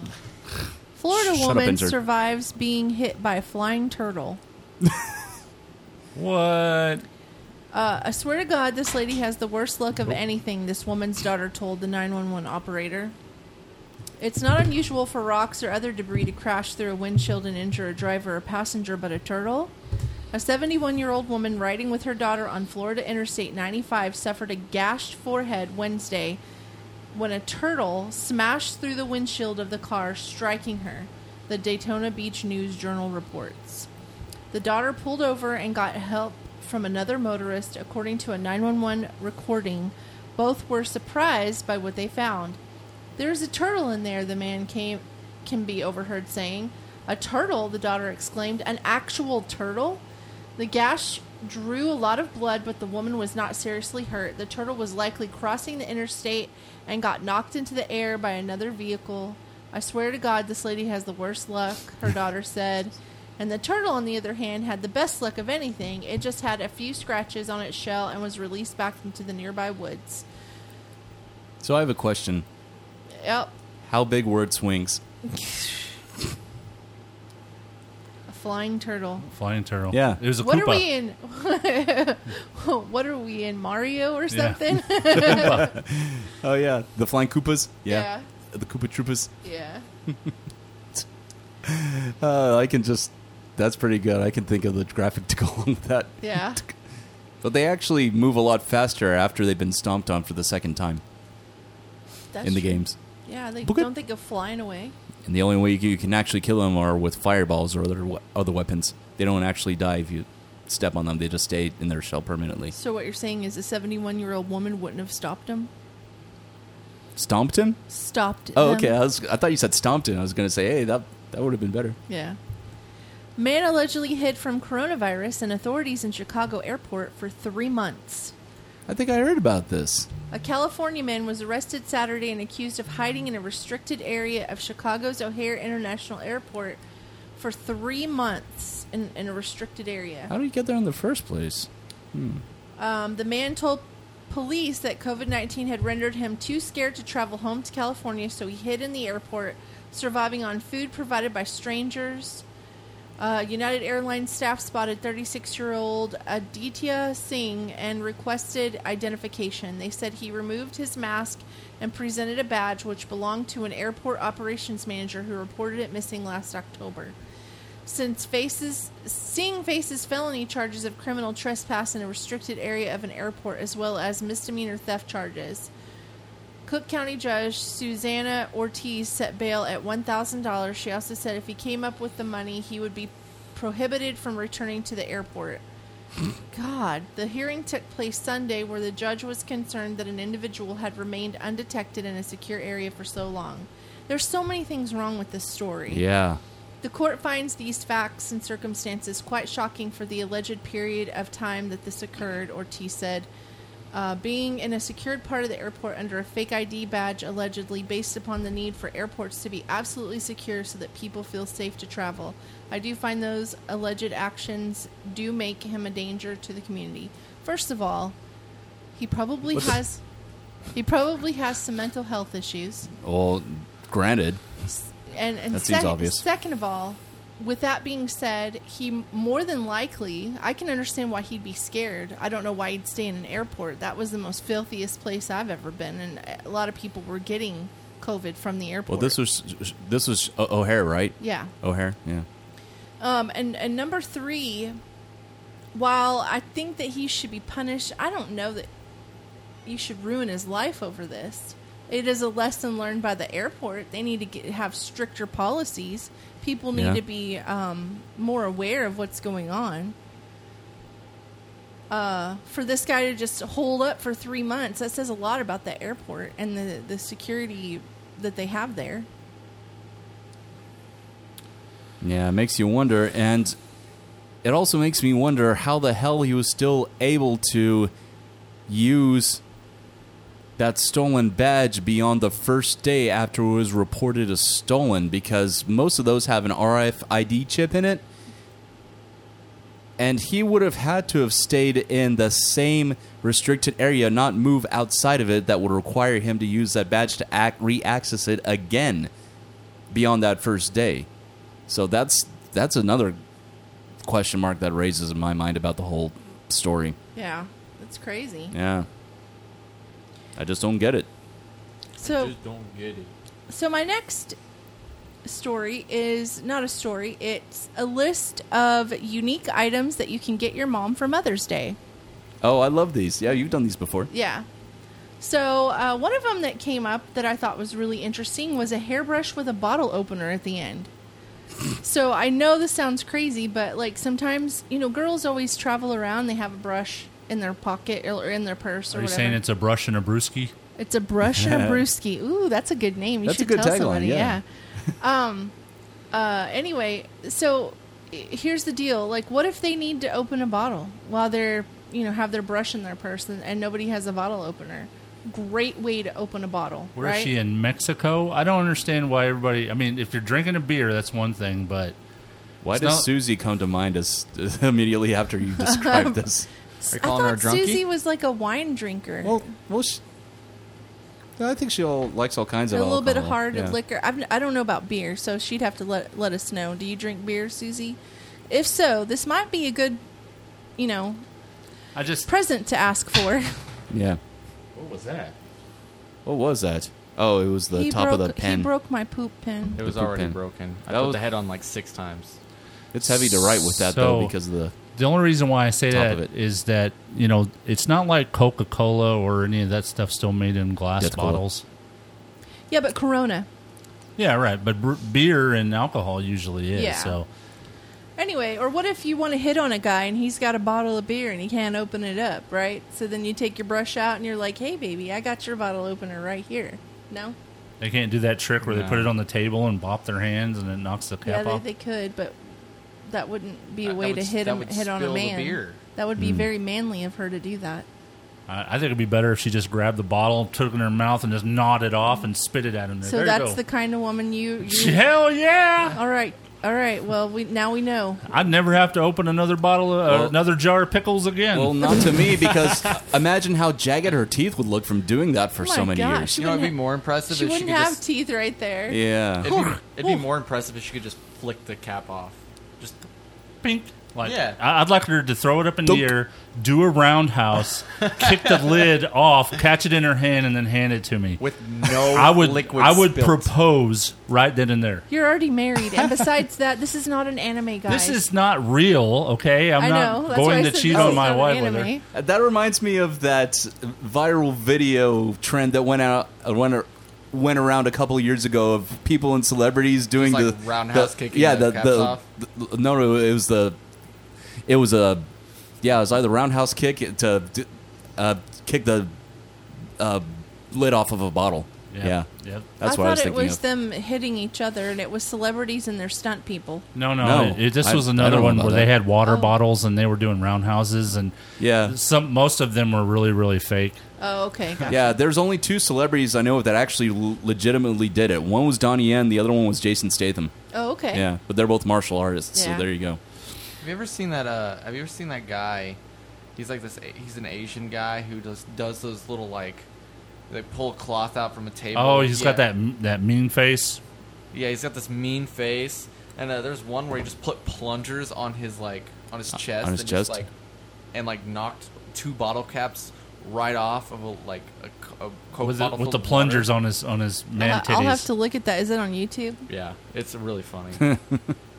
Speaker 8: Florida
Speaker 7: Shut up,
Speaker 8: woman
Speaker 7: insert.
Speaker 8: survives being hit by a flying turtle.
Speaker 9: What?
Speaker 8: Uh, I swear to God, this lady has the worst luck of anything, this woman's daughter told the 911 operator. It's not unusual for rocks or other debris to crash through a windshield and injure a driver or passenger, but a turtle? A 71 year old woman riding with her daughter on Florida Interstate 95 suffered a gashed forehead Wednesday when a turtle smashed through the windshield of the car, striking her, the Daytona Beach News Journal reports. The daughter pulled over and got help from another motorist, according to a 911 recording. Both were surprised by what they found. There's a turtle in there, the man came, can be overheard saying. A turtle, the daughter exclaimed. An actual turtle? The gash drew a lot of blood, but the woman was not seriously hurt. The turtle was likely crossing the interstate and got knocked into the air by another vehicle. I swear to God, this lady has the worst luck, her daughter said. And the turtle, on the other hand, had the best luck of anything. It just had a few scratches on its shell and was released back into the nearby woods.
Speaker 12: So I have a question.
Speaker 8: Yep,
Speaker 12: How big were its wings?
Speaker 8: a flying turtle.
Speaker 9: Flying turtle.
Speaker 12: Yeah.
Speaker 9: It was a
Speaker 8: what
Speaker 9: Koopa.
Speaker 8: are we in? what are we in Mario or
Speaker 12: Yeah.
Speaker 8: something?
Speaker 12: oh yeah, the flying Koopas. Yeah, the Koopa Troopas.
Speaker 8: yeah.
Speaker 12: Uh, I can just. That's pretty good. I can think of the graphic to go along with that.
Speaker 8: Yeah.
Speaker 12: But they actually move a lot faster after they've been stomped on for the second time
Speaker 8: That's
Speaker 12: in the
Speaker 8: true.
Speaker 12: games.
Speaker 8: Yeah, they
Speaker 12: Book it.
Speaker 8: don't think of flying away.
Speaker 12: And the only way you can, you can actually kill them are with fireballs or other we- other weapons. They don't actually die if you step on them. They just stay in their shell permanently.
Speaker 8: So what you're saying is a 71 year old woman wouldn't have stopped him.
Speaker 12: Stomped him?
Speaker 8: Stopped.
Speaker 12: Oh,
Speaker 8: them.
Speaker 12: okay. I was I thought you said stomped him. I was going to say, hey, that that would have been better.
Speaker 8: Yeah. Man allegedly hid from coronavirus and authorities in Chicago airport for three months.
Speaker 12: I think I heard about this.
Speaker 8: A California man was arrested Saturday and accused of hiding in a restricted area of Chicago's O'Hare International Airport for three months in, in a restricted area.
Speaker 12: How did he get there in the first place? Hmm.
Speaker 8: Um, the man told police that COVID 19 had rendered him too scared to travel home to California, so he hid in the airport, surviving on food provided by strangers. Uh, United Airlines staff spotted 36 year old Aditya Singh and requested identification. They said he removed his mask and presented a badge which belonged to an airport operations manager who reported it missing last October since faces seeing faces felony charges of criminal trespass in a restricted area of an airport as well as misdemeanor theft charges cook county judge susanna ortiz set bail at $1000 she also said if he came up with the money he would be prohibited from returning to the airport God, the hearing took place Sunday where the judge was concerned that an individual had remained undetected in a secure area for so long. There's so many things wrong with this story.
Speaker 12: Yeah.
Speaker 8: The court finds these facts and circumstances quite shocking for the alleged period of time that this occurred, Ortiz said. Uh, being in a secured part of the airport under a fake ID badge, allegedly based upon the need for airports to be absolutely secure so that people feel safe to travel. I do find those alleged actions do make him a danger to the community. First of all, he probably
Speaker 12: What the-
Speaker 8: has he probably has some mental health issues.
Speaker 12: Well, granted.
Speaker 8: And, and
Speaker 12: That seems
Speaker 8: sec-
Speaker 12: obvious.
Speaker 8: Second of all, with that being said, he m- more than likely, I can understand why he'd be scared. I don't know why he'd stay in an airport. That was the most filthiest place I've ever been, and a lot of people were getting COVID from the airport.
Speaker 12: Well, this was this was O- O'Hare, right?
Speaker 8: Yeah.
Speaker 12: O'Hare. Yeah.
Speaker 8: Um, and, and number three, while I think that he should be punished, I don't know that you should ruin his life over this. It is a lesson learned by the airport. They need to get, have stricter policies. People need
Speaker 12: Yeah.
Speaker 8: to be um, more aware of what's going on. Uh, for this guy to just hold up for three months, that says a lot about the airport and the, the security that they have there.
Speaker 12: Yeah, it makes you wonder, and it also makes me wonder how the hell he was still able to use that stolen badge beyond the first day after it was reported as stolen, because most of those have an RFID chip in it, and he would have had to have stayed in the same restricted area, not move outside of it. That would require him to use that badge to act, re-access it again beyond that first day. So that's that's another question mark that raises in my mind about the whole story.
Speaker 8: Yeah, that's crazy.
Speaker 12: Yeah. I just don't get it.
Speaker 8: So
Speaker 7: just don't get it.
Speaker 8: So my next story is not a story. It's a list of unique items that you can get your mom for Mother's Day.
Speaker 12: Oh, I love these. Yeah, you've done these before.
Speaker 8: Yeah. So uh, one of them that came up that I thought was really interesting was a hairbrush with a bottle opener at the end. so I know this sounds crazy, but like sometimes you know girls always travel around. They have a brush in their pocket or in their purse or
Speaker 9: Are you
Speaker 8: whatever.
Speaker 9: saying it's a brush and a brewski?
Speaker 8: It's a brush and a brewski. Ooh, that's a good name. You
Speaker 9: That's a
Speaker 8: should
Speaker 9: good
Speaker 8: tell
Speaker 9: tagline,
Speaker 8: somebody.
Speaker 9: yeah.
Speaker 8: yeah. um. Uh. Anyway, so i- here's the deal. Like, what if they need to open a bottle while they're you know have their brush in their purse and, and nobody has a bottle opener? Great way to open a bottle.
Speaker 9: Where is
Speaker 8: right?
Speaker 9: she in Mexico? I don't understand why everybody. I mean, if you're drinking a beer, that's one thing, but
Speaker 12: Why
Speaker 9: it's
Speaker 12: does
Speaker 9: not-
Speaker 12: Susie come to mind as immediately after you described this?
Speaker 8: I thought Susie was like a wine drinker. Well,
Speaker 12: well, she, I think she all likes all kinds
Speaker 8: a
Speaker 12: of
Speaker 8: little bit of
Speaker 12: alcohol.
Speaker 8: hard
Speaker 12: Yeah.
Speaker 8: liquor. I've, I don't know about beer, so she'd have to let let us know. Do you drink beer, Susie? If so, this might be a good, you know,
Speaker 9: I just
Speaker 8: present to ask for.
Speaker 12: Yeah.
Speaker 9: What was that?
Speaker 12: What was that? Oh, it was the
Speaker 8: he
Speaker 12: top
Speaker 8: broke,
Speaker 12: of the pen.
Speaker 8: He broke my poop pen.
Speaker 7: It was
Speaker 12: poop
Speaker 7: already
Speaker 12: pen.
Speaker 7: broken. I
Speaker 12: That
Speaker 7: put
Speaker 12: was-
Speaker 7: the head on like six times.
Speaker 12: It's heavy to write with that though
Speaker 9: So-
Speaker 12: because of the
Speaker 9: The only reason why I say
Speaker 12: Top
Speaker 9: that
Speaker 12: of
Speaker 9: is that you know it's not like Coca Cola or any of that stuff still made in glass
Speaker 12: That's cool.
Speaker 9: bottles.
Speaker 8: Yeah, but Corona.
Speaker 9: Yeah, right. But br- beer and alcohol usually is.
Speaker 8: Yeah.
Speaker 9: So
Speaker 8: Anyway, or what if you want to hit on a guy and he's got a bottle of beer and he can't open it up, right? So then you take your brush out and you're like, "Hey, baby, I got your bottle opener right here." No,
Speaker 9: they can't do that trick where they
Speaker 7: No.
Speaker 9: put it on the table and bop their hands and it knocks the cap
Speaker 8: yeah, they,
Speaker 9: off.
Speaker 8: they could, but that wouldn't be a
Speaker 7: That-
Speaker 8: way
Speaker 7: that
Speaker 8: to
Speaker 7: would-
Speaker 8: hit
Speaker 7: that
Speaker 8: him,
Speaker 7: would
Speaker 8: hit on a
Speaker 7: spill the
Speaker 8: man.
Speaker 7: beer.
Speaker 8: That would
Speaker 12: Hmm.
Speaker 8: be
Speaker 9: Mm.
Speaker 8: very manly of her to do that.
Speaker 9: I, I think it'd be better if she just grabbed the bottle, took it in her mouth, and just gnawed it off and spit it at him.
Speaker 8: So
Speaker 9: there you
Speaker 8: that's
Speaker 9: go.
Speaker 8: the kind of woman you. you
Speaker 9: Hell yeah!
Speaker 8: All right, all right. Well, we now we know.
Speaker 9: I'd never have to open another bottle, of,
Speaker 12: Well-
Speaker 9: uh, another jar of pickles again.
Speaker 12: Well, not to me because imagine how jagged her teeth would look from doing that for
Speaker 8: Oh
Speaker 12: so
Speaker 8: my
Speaker 12: many
Speaker 8: gosh,
Speaker 12: years.
Speaker 8: she You know wouldn't wouldn't
Speaker 7: More impressive.
Speaker 8: She
Speaker 7: if
Speaker 8: wouldn't
Speaker 7: could
Speaker 8: have
Speaker 7: just-
Speaker 8: teeth right there.
Speaker 12: Yeah.
Speaker 7: It'd be, it'd be more impressive if she could just flick the cap off. Just
Speaker 9: pink. Like,
Speaker 7: yeah.
Speaker 9: I- I'd like her to throw it up in the air, do a roundhouse, kick the lid off, catch it in her hand, and then hand it to me
Speaker 7: with no
Speaker 9: I would,
Speaker 7: liquid
Speaker 9: I would
Speaker 7: spilt.
Speaker 9: propose right then and there.
Speaker 8: You're already married, and besides that, this is not an anime, guys.
Speaker 9: This is not real, okay? I'm
Speaker 8: I know,
Speaker 9: not
Speaker 8: that's why I
Speaker 9: going to
Speaker 8: said
Speaker 9: cheat
Speaker 8: this
Speaker 9: on
Speaker 8: is
Speaker 9: my
Speaker 8: not an
Speaker 9: wife with her.
Speaker 8: anime.
Speaker 12: Uh, That reminds me of that viral video trend that went out uh, went, ar- went around a couple of years ago of people and celebrities doing
Speaker 7: Just like
Speaker 12: the
Speaker 7: roundhouse
Speaker 12: the-
Speaker 7: kicking
Speaker 12: Yeah,
Speaker 7: the
Speaker 12: the,
Speaker 7: caps
Speaker 12: the,
Speaker 7: off?
Speaker 12: the- no, no, it was the it was a yeah, it was either roundhouse kick to d- uh, kick the uh, lid off of a bottle.
Speaker 9: Yeah.
Speaker 12: Yeah,
Speaker 9: Yep.
Speaker 12: that's
Speaker 8: I
Speaker 12: what
Speaker 8: thought
Speaker 12: I was
Speaker 8: it
Speaker 12: thinking
Speaker 8: was
Speaker 12: of.
Speaker 8: them hitting each other, and it was celebrities and their stunt people.
Speaker 9: No, no,
Speaker 12: No,
Speaker 9: it, it- this
Speaker 12: I-
Speaker 9: was
Speaker 12: I
Speaker 9: another
Speaker 12: don't know
Speaker 9: one
Speaker 12: about
Speaker 9: where they
Speaker 12: that.
Speaker 9: had water
Speaker 8: Oh.
Speaker 9: bottles and they were doing roundhouses and
Speaker 12: Yeah.
Speaker 9: some most of them were really really fake.
Speaker 8: Oh, okay. Gotcha.
Speaker 12: Yeah, there's only two celebrities I know of that actually l- legitimately did it. One was Donnie Yen, the other one was Jason Statham.
Speaker 8: Oh, okay.
Speaker 12: Yeah, but they're both martial artists,
Speaker 8: Yeah.
Speaker 12: so there you go.
Speaker 7: Have you ever seen that? Uh, have you ever seen that guy? He's like this. He's an Asian guy who just does those little like. They pull cloth out from a table.
Speaker 9: Oh, he's got
Speaker 7: Yeah.
Speaker 9: that that mean face.
Speaker 7: Yeah, he's got this mean face, and uh, there's one where he just put plungers on his like on his chest,
Speaker 12: on his
Speaker 7: and
Speaker 12: chest?
Speaker 7: just, like, and like knocked two bottle caps right off of a, like a, co- a Coke
Speaker 9: with the,
Speaker 7: bottle
Speaker 9: with
Speaker 7: filled
Speaker 9: the
Speaker 7: water.
Speaker 9: plungers on his on his man
Speaker 8: I'll,
Speaker 9: titties.
Speaker 8: I'll have to look at that. Is it on YouTube?
Speaker 7: Yeah, it's really funny.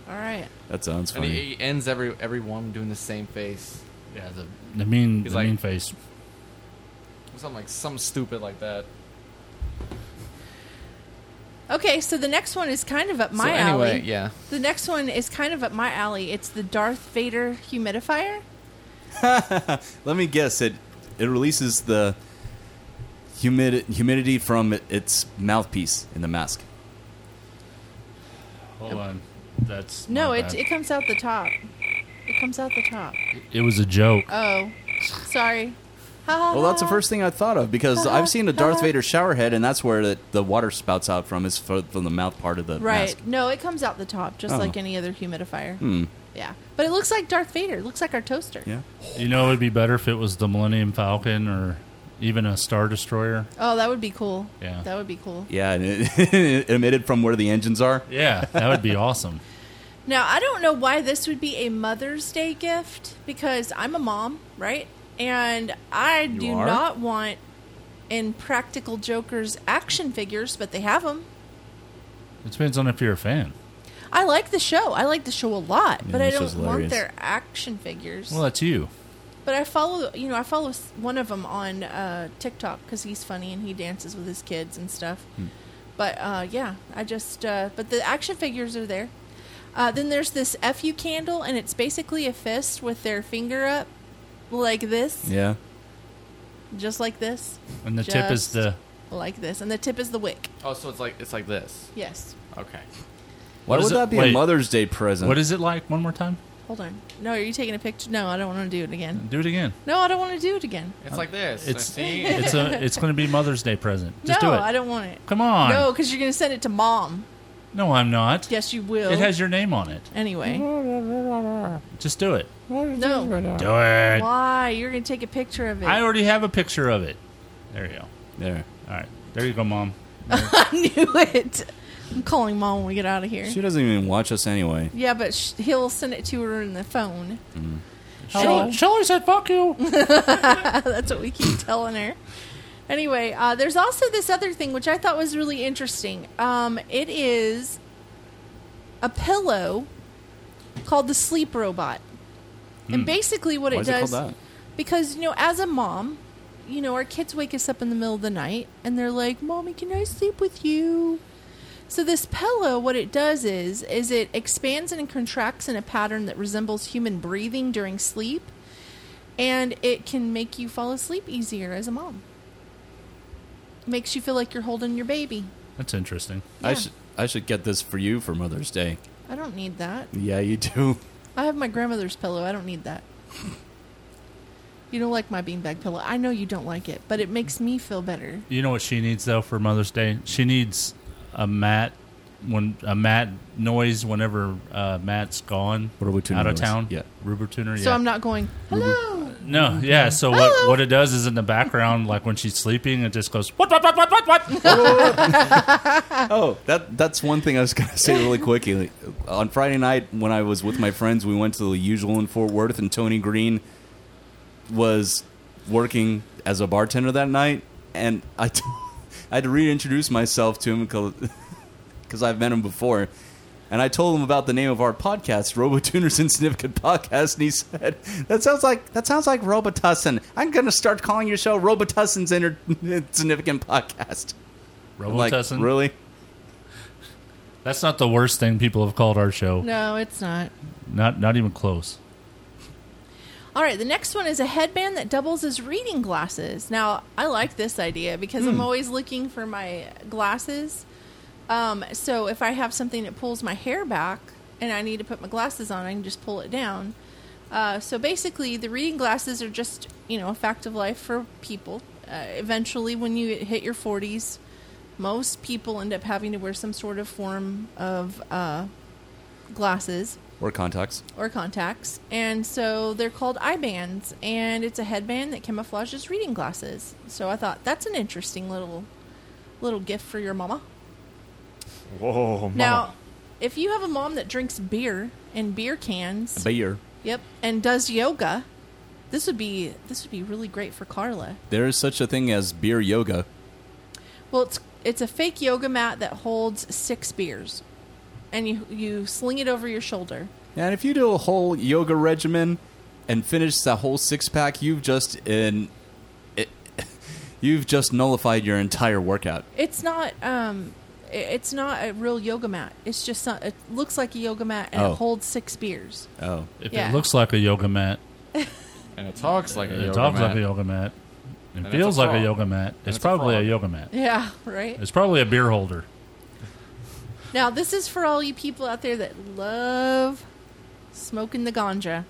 Speaker 8: All right.
Speaker 12: That sounds
Speaker 7: and
Speaker 12: funny.
Speaker 7: he, he ends every every one doing the same face.
Speaker 9: Yeah, the the mean
Speaker 7: He's
Speaker 9: the
Speaker 7: like-
Speaker 9: mean face.
Speaker 7: Something like something stupid like that.
Speaker 8: Okay, so the next one is kind of up my
Speaker 7: so anyway,
Speaker 8: alley.
Speaker 7: yeah.
Speaker 8: The next one is kind of up my alley. It's the Darth Vader humidifier.
Speaker 12: Let me guess it it releases the humid humidity from its mouthpiece in the mask.
Speaker 9: Hold on, that's
Speaker 8: No,
Speaker 9: my
Speaker 8: it
Speaker 9: bad.
Speaker 8: it comes out the top. It comes out the top.
Speaker 9: It was a joke.
Speaker 8: Oh, sorry. Ha, ha,
Speaker 12: Well, that's the
Speaker 8: ha.
Speaker 12: first thing I thought of because I've seen a Darth Vader shower head, and that's where the, the water spouts out from is fro- from the mouth part of the
Speaker 8: Right.
Speaker 12: mask.
Speaker 8: No, it comes out the top, just
Speaker 12: Oh.
Speaker 8: like any other humidifier.
Speaker 12: Hmm.
Speaker 8: Yeah, but it looks like Darth Vader. It looks like our toaster.
Speaker 12: Yeah.
Speaker 9: You know, it'd be better if it was the Millennium Falcon or even a Star Destroyer.
Speaker 8: Oh, that would be cool.
Speaker 9: Yeah.
Speaker 8: That would be cool.
Speaker 12: Yeah, and it emitted from where the engines are.
Speaker 9: Yeah, that would be awesome.
Speaker 8: Now, I don't know why this would be a Mother's Day gift because I'm a mom, right? And I do
Speaker 12: are?
Speaker 8: not want in Practical Joker's action figures, but they have them.
Speaker 9: It depends on if you're a fan.
Speaker 8: I like the show. I like the show a lot,
Speaker 9: Yeah,
Speaker 8: but I
Speaker 9: this show's
Speaker 8: don't want
Speaker 9: hilarious.
Speaker 8: their action figures.
Speaker 9: Well, that's you.
Speaker 8: But I follow, you know, I follow s- one of them on uh, TikTok because he's funny and he dances with his kids and stuff.
Speaker 9: Hmm.
Speaker 8: But uh, yeah, I just, uh, but the action figures are there. Uh, then there's this FU candle, and it's basically a fist with their finger up like this,
Speaker 12: Yeah.
Speaker 8: just like this.
Speaker 9: And the tip
Speaker 8: Just
Speaker 9: is the
Speaker 8: Like this. And the tip is the wick.
Speaker 7: Oh, so it's like it's like this.
Speaker 8: Yes.
Speaker 7: Okay.
Speaker 12: Why
Speaker 9: What is
Speaker 12: would
Speaker 9: it-
Speaker 12: that be
Speaker 9: wait.
Speaker 12: a Mother's Day present?
Speaker 9: What is it like? One more time.
Speaker 8: Hold on. No, are you taking a picture? No, I don't want to do it again.
Speaker 9: Do it again.
Speaker 8: No, I don't want to do it again.
Speaker 7: It's like this.
Speaker 9: It's
Speaker 7: See?
Speaker 9: it's a it's going to be Mother's Day present. Just
Speaker 8: no,
Speaker 9: do it.
Speaker 8: I don't want it.
Speaker 9: Come on.
Speaker 8: No, because you're going to send it to mom.
Speaker 9: No, I'm not.
Speaker 8: Yes, you will.
Speaker 9: It has your name on it.
Speaker 8: Anyway.
Speaker 9: Just do it.
Speaker 8: No.
Speaker 9: Do it.
Speaker 8: Why? You're going to take a picture of it.
Speaker 9: I already have a picture of it. There you go.
Speaker 12: There.
Speaker 9: All right. There you go, mom.
Speaker 8: I knew it. I'm calling mom when we get out of here.
Speaker 12: She doesn't even watch us anyway.
Speaker 8: Yeah, but sh- he'll send it to her in the phone.
Speaker 12: Mm.
Speaker 8: Hello.
Speaker 9: Shelly said, fuck you.
Speaker 8: That's what we keep telling her. Anyway, uh, there's also this other thing which I thought was really interesting. Um, it is a pillow called the sleep robot.
Speaker 13: Hmm.
Speaker 8: And basically, what
Speaker 13: Why
Speaker 8: it
Speaker 13: is it
Speaker 8: does.
Speaker 13: called that?
Speaker 8: Because, you know, as a mom, you know, our kids wake us up in the middle of the night and they're like, Mommy, can I sleep with you? So this pillow, what it does is, is it expands and contracts in a pattern that resembles human breathing during sleep, and it can make you fall asleep easier as a mom. Makes you feel like you're holding your baby.
Speaker 9: That's interesting.
Speaker 12: I
Speaker 8: Yeah.
Speaker 12: should I should get this for you for Mother's Day.
Speaker 8: I don't need that.
Speaker 12: Yeah, you do.
Speaker 8: I have my grandmother's pillow. I don't need that. You don't like my beanbag pillow. I know you don't like it, but it makes me feel better.
Speaker 9: You know what she needs though for Mother's Day? She needs a mat when a mat noise whenever uh, Matt's gone
Speaker 12: Rubber-tuner
Speaker 9: out of
Speaker 12: noise.
Speaker 9: town.
Speaker 12: Yeah.
Speaker 9: Ruber tuner.
Speaker 8: So
Speaker 9: yeah.
Speaker 8: I'm not going, hello.
Speaker 9: no, yeah. So what, what it does is in the background, like when she's sleeping, it just goes. What? What? What? What? What?
Speaker 12: Oh, that that's one thing I was gonna say really quickly. On Friday night, when I was with my friends, we went to the usual in Fort Worth, and Tony Green was working as a bartender that night, and I t- I had to reintroduce myself to him because I've met him before. And I told him about the name of our podcast, Robotuners Insignificant Podcast, and he said, "That sounds like that sounds like Robotussin. I'm going to start calling your show Robotussin's Inter- Insignificant Podcast." I'm like,
Speaker 9: Robotussin?
Speaker 12: really?
Speaker 9: That's not the worst thing people have called our show.
Speaker 8: No, it's not.
Speaker 9: Not not even close.
Speaker 8: All right, the next one is a headband that doubles as reading glasses. Now, I like this idea because I'm
Speaker 13: Hmm.
Speaker 8: always looking for my glasses. Um, so if I have something that pulls my hair back and I need to put my glasses on, I can just pull it down. Uh, so basically, the reading glasses are just you know a fact of life for people. Uh, eventually, when you hit your 40s, most people end up having to wear some sort of form of uh, glasses
Speaker 12: Or contacts.
Speaker 8: or contacts, and so they're called eye bands, and it's a headband that camouflages reading glasses. So I thought that's an interesting little little gift for your mama.
Speaker 12: Whoa,
Speaker 8: Now, if you have a mom that drinks beer and beer cans,
Speaker 12: beer.
Speaker 8: yep, and does yoga, this would be this would be really great for Carla.
Speaker 12: There is such a thing as beer yoga.
Speaker 8: Well, it's it's a fake yoga mat that holds six beers, and you you sling it over your shoulder.
Speaker 12: And if you do a whole yoga regimen and finish that whole six pack, you've just in it, you've just nullified your entire workout.
Speaker 8: It's not um i- it's not a real yoga mat. It's just not, it looks like a yoga mat and
Speaker 9: Oh.
Speaker 8: it holds six beers.
Speaker 12: Oh,
Speaker 9: If
Speaker 8: Yeah.
Speaker 9: it looks like a yoga mat,
Speaker 7: And it talks like a
Speaker 9: it
Speaker 7: yoga
Speaker 9: talks
Speaker 7: mat.
Speaker 9: like a yoga mat. It
Speaker 7: And it's
Speaker 9: feels
Speaker 7: a
Speaker 9: like a
Speaker 7: frog.
Speaker 9: yoga mat.
Speaker 7: And
Speaker 9: It's,
Speaker 7: it's a
Speaker 9: probably a,
Speaker 7: frog.
Speaker 9: yoga mat.
Speaker 8: Yeah, right.
Speaker 9: It's probably a beer holder.
Speaker 8: Now this is for all you people out there that love smoking the ganja.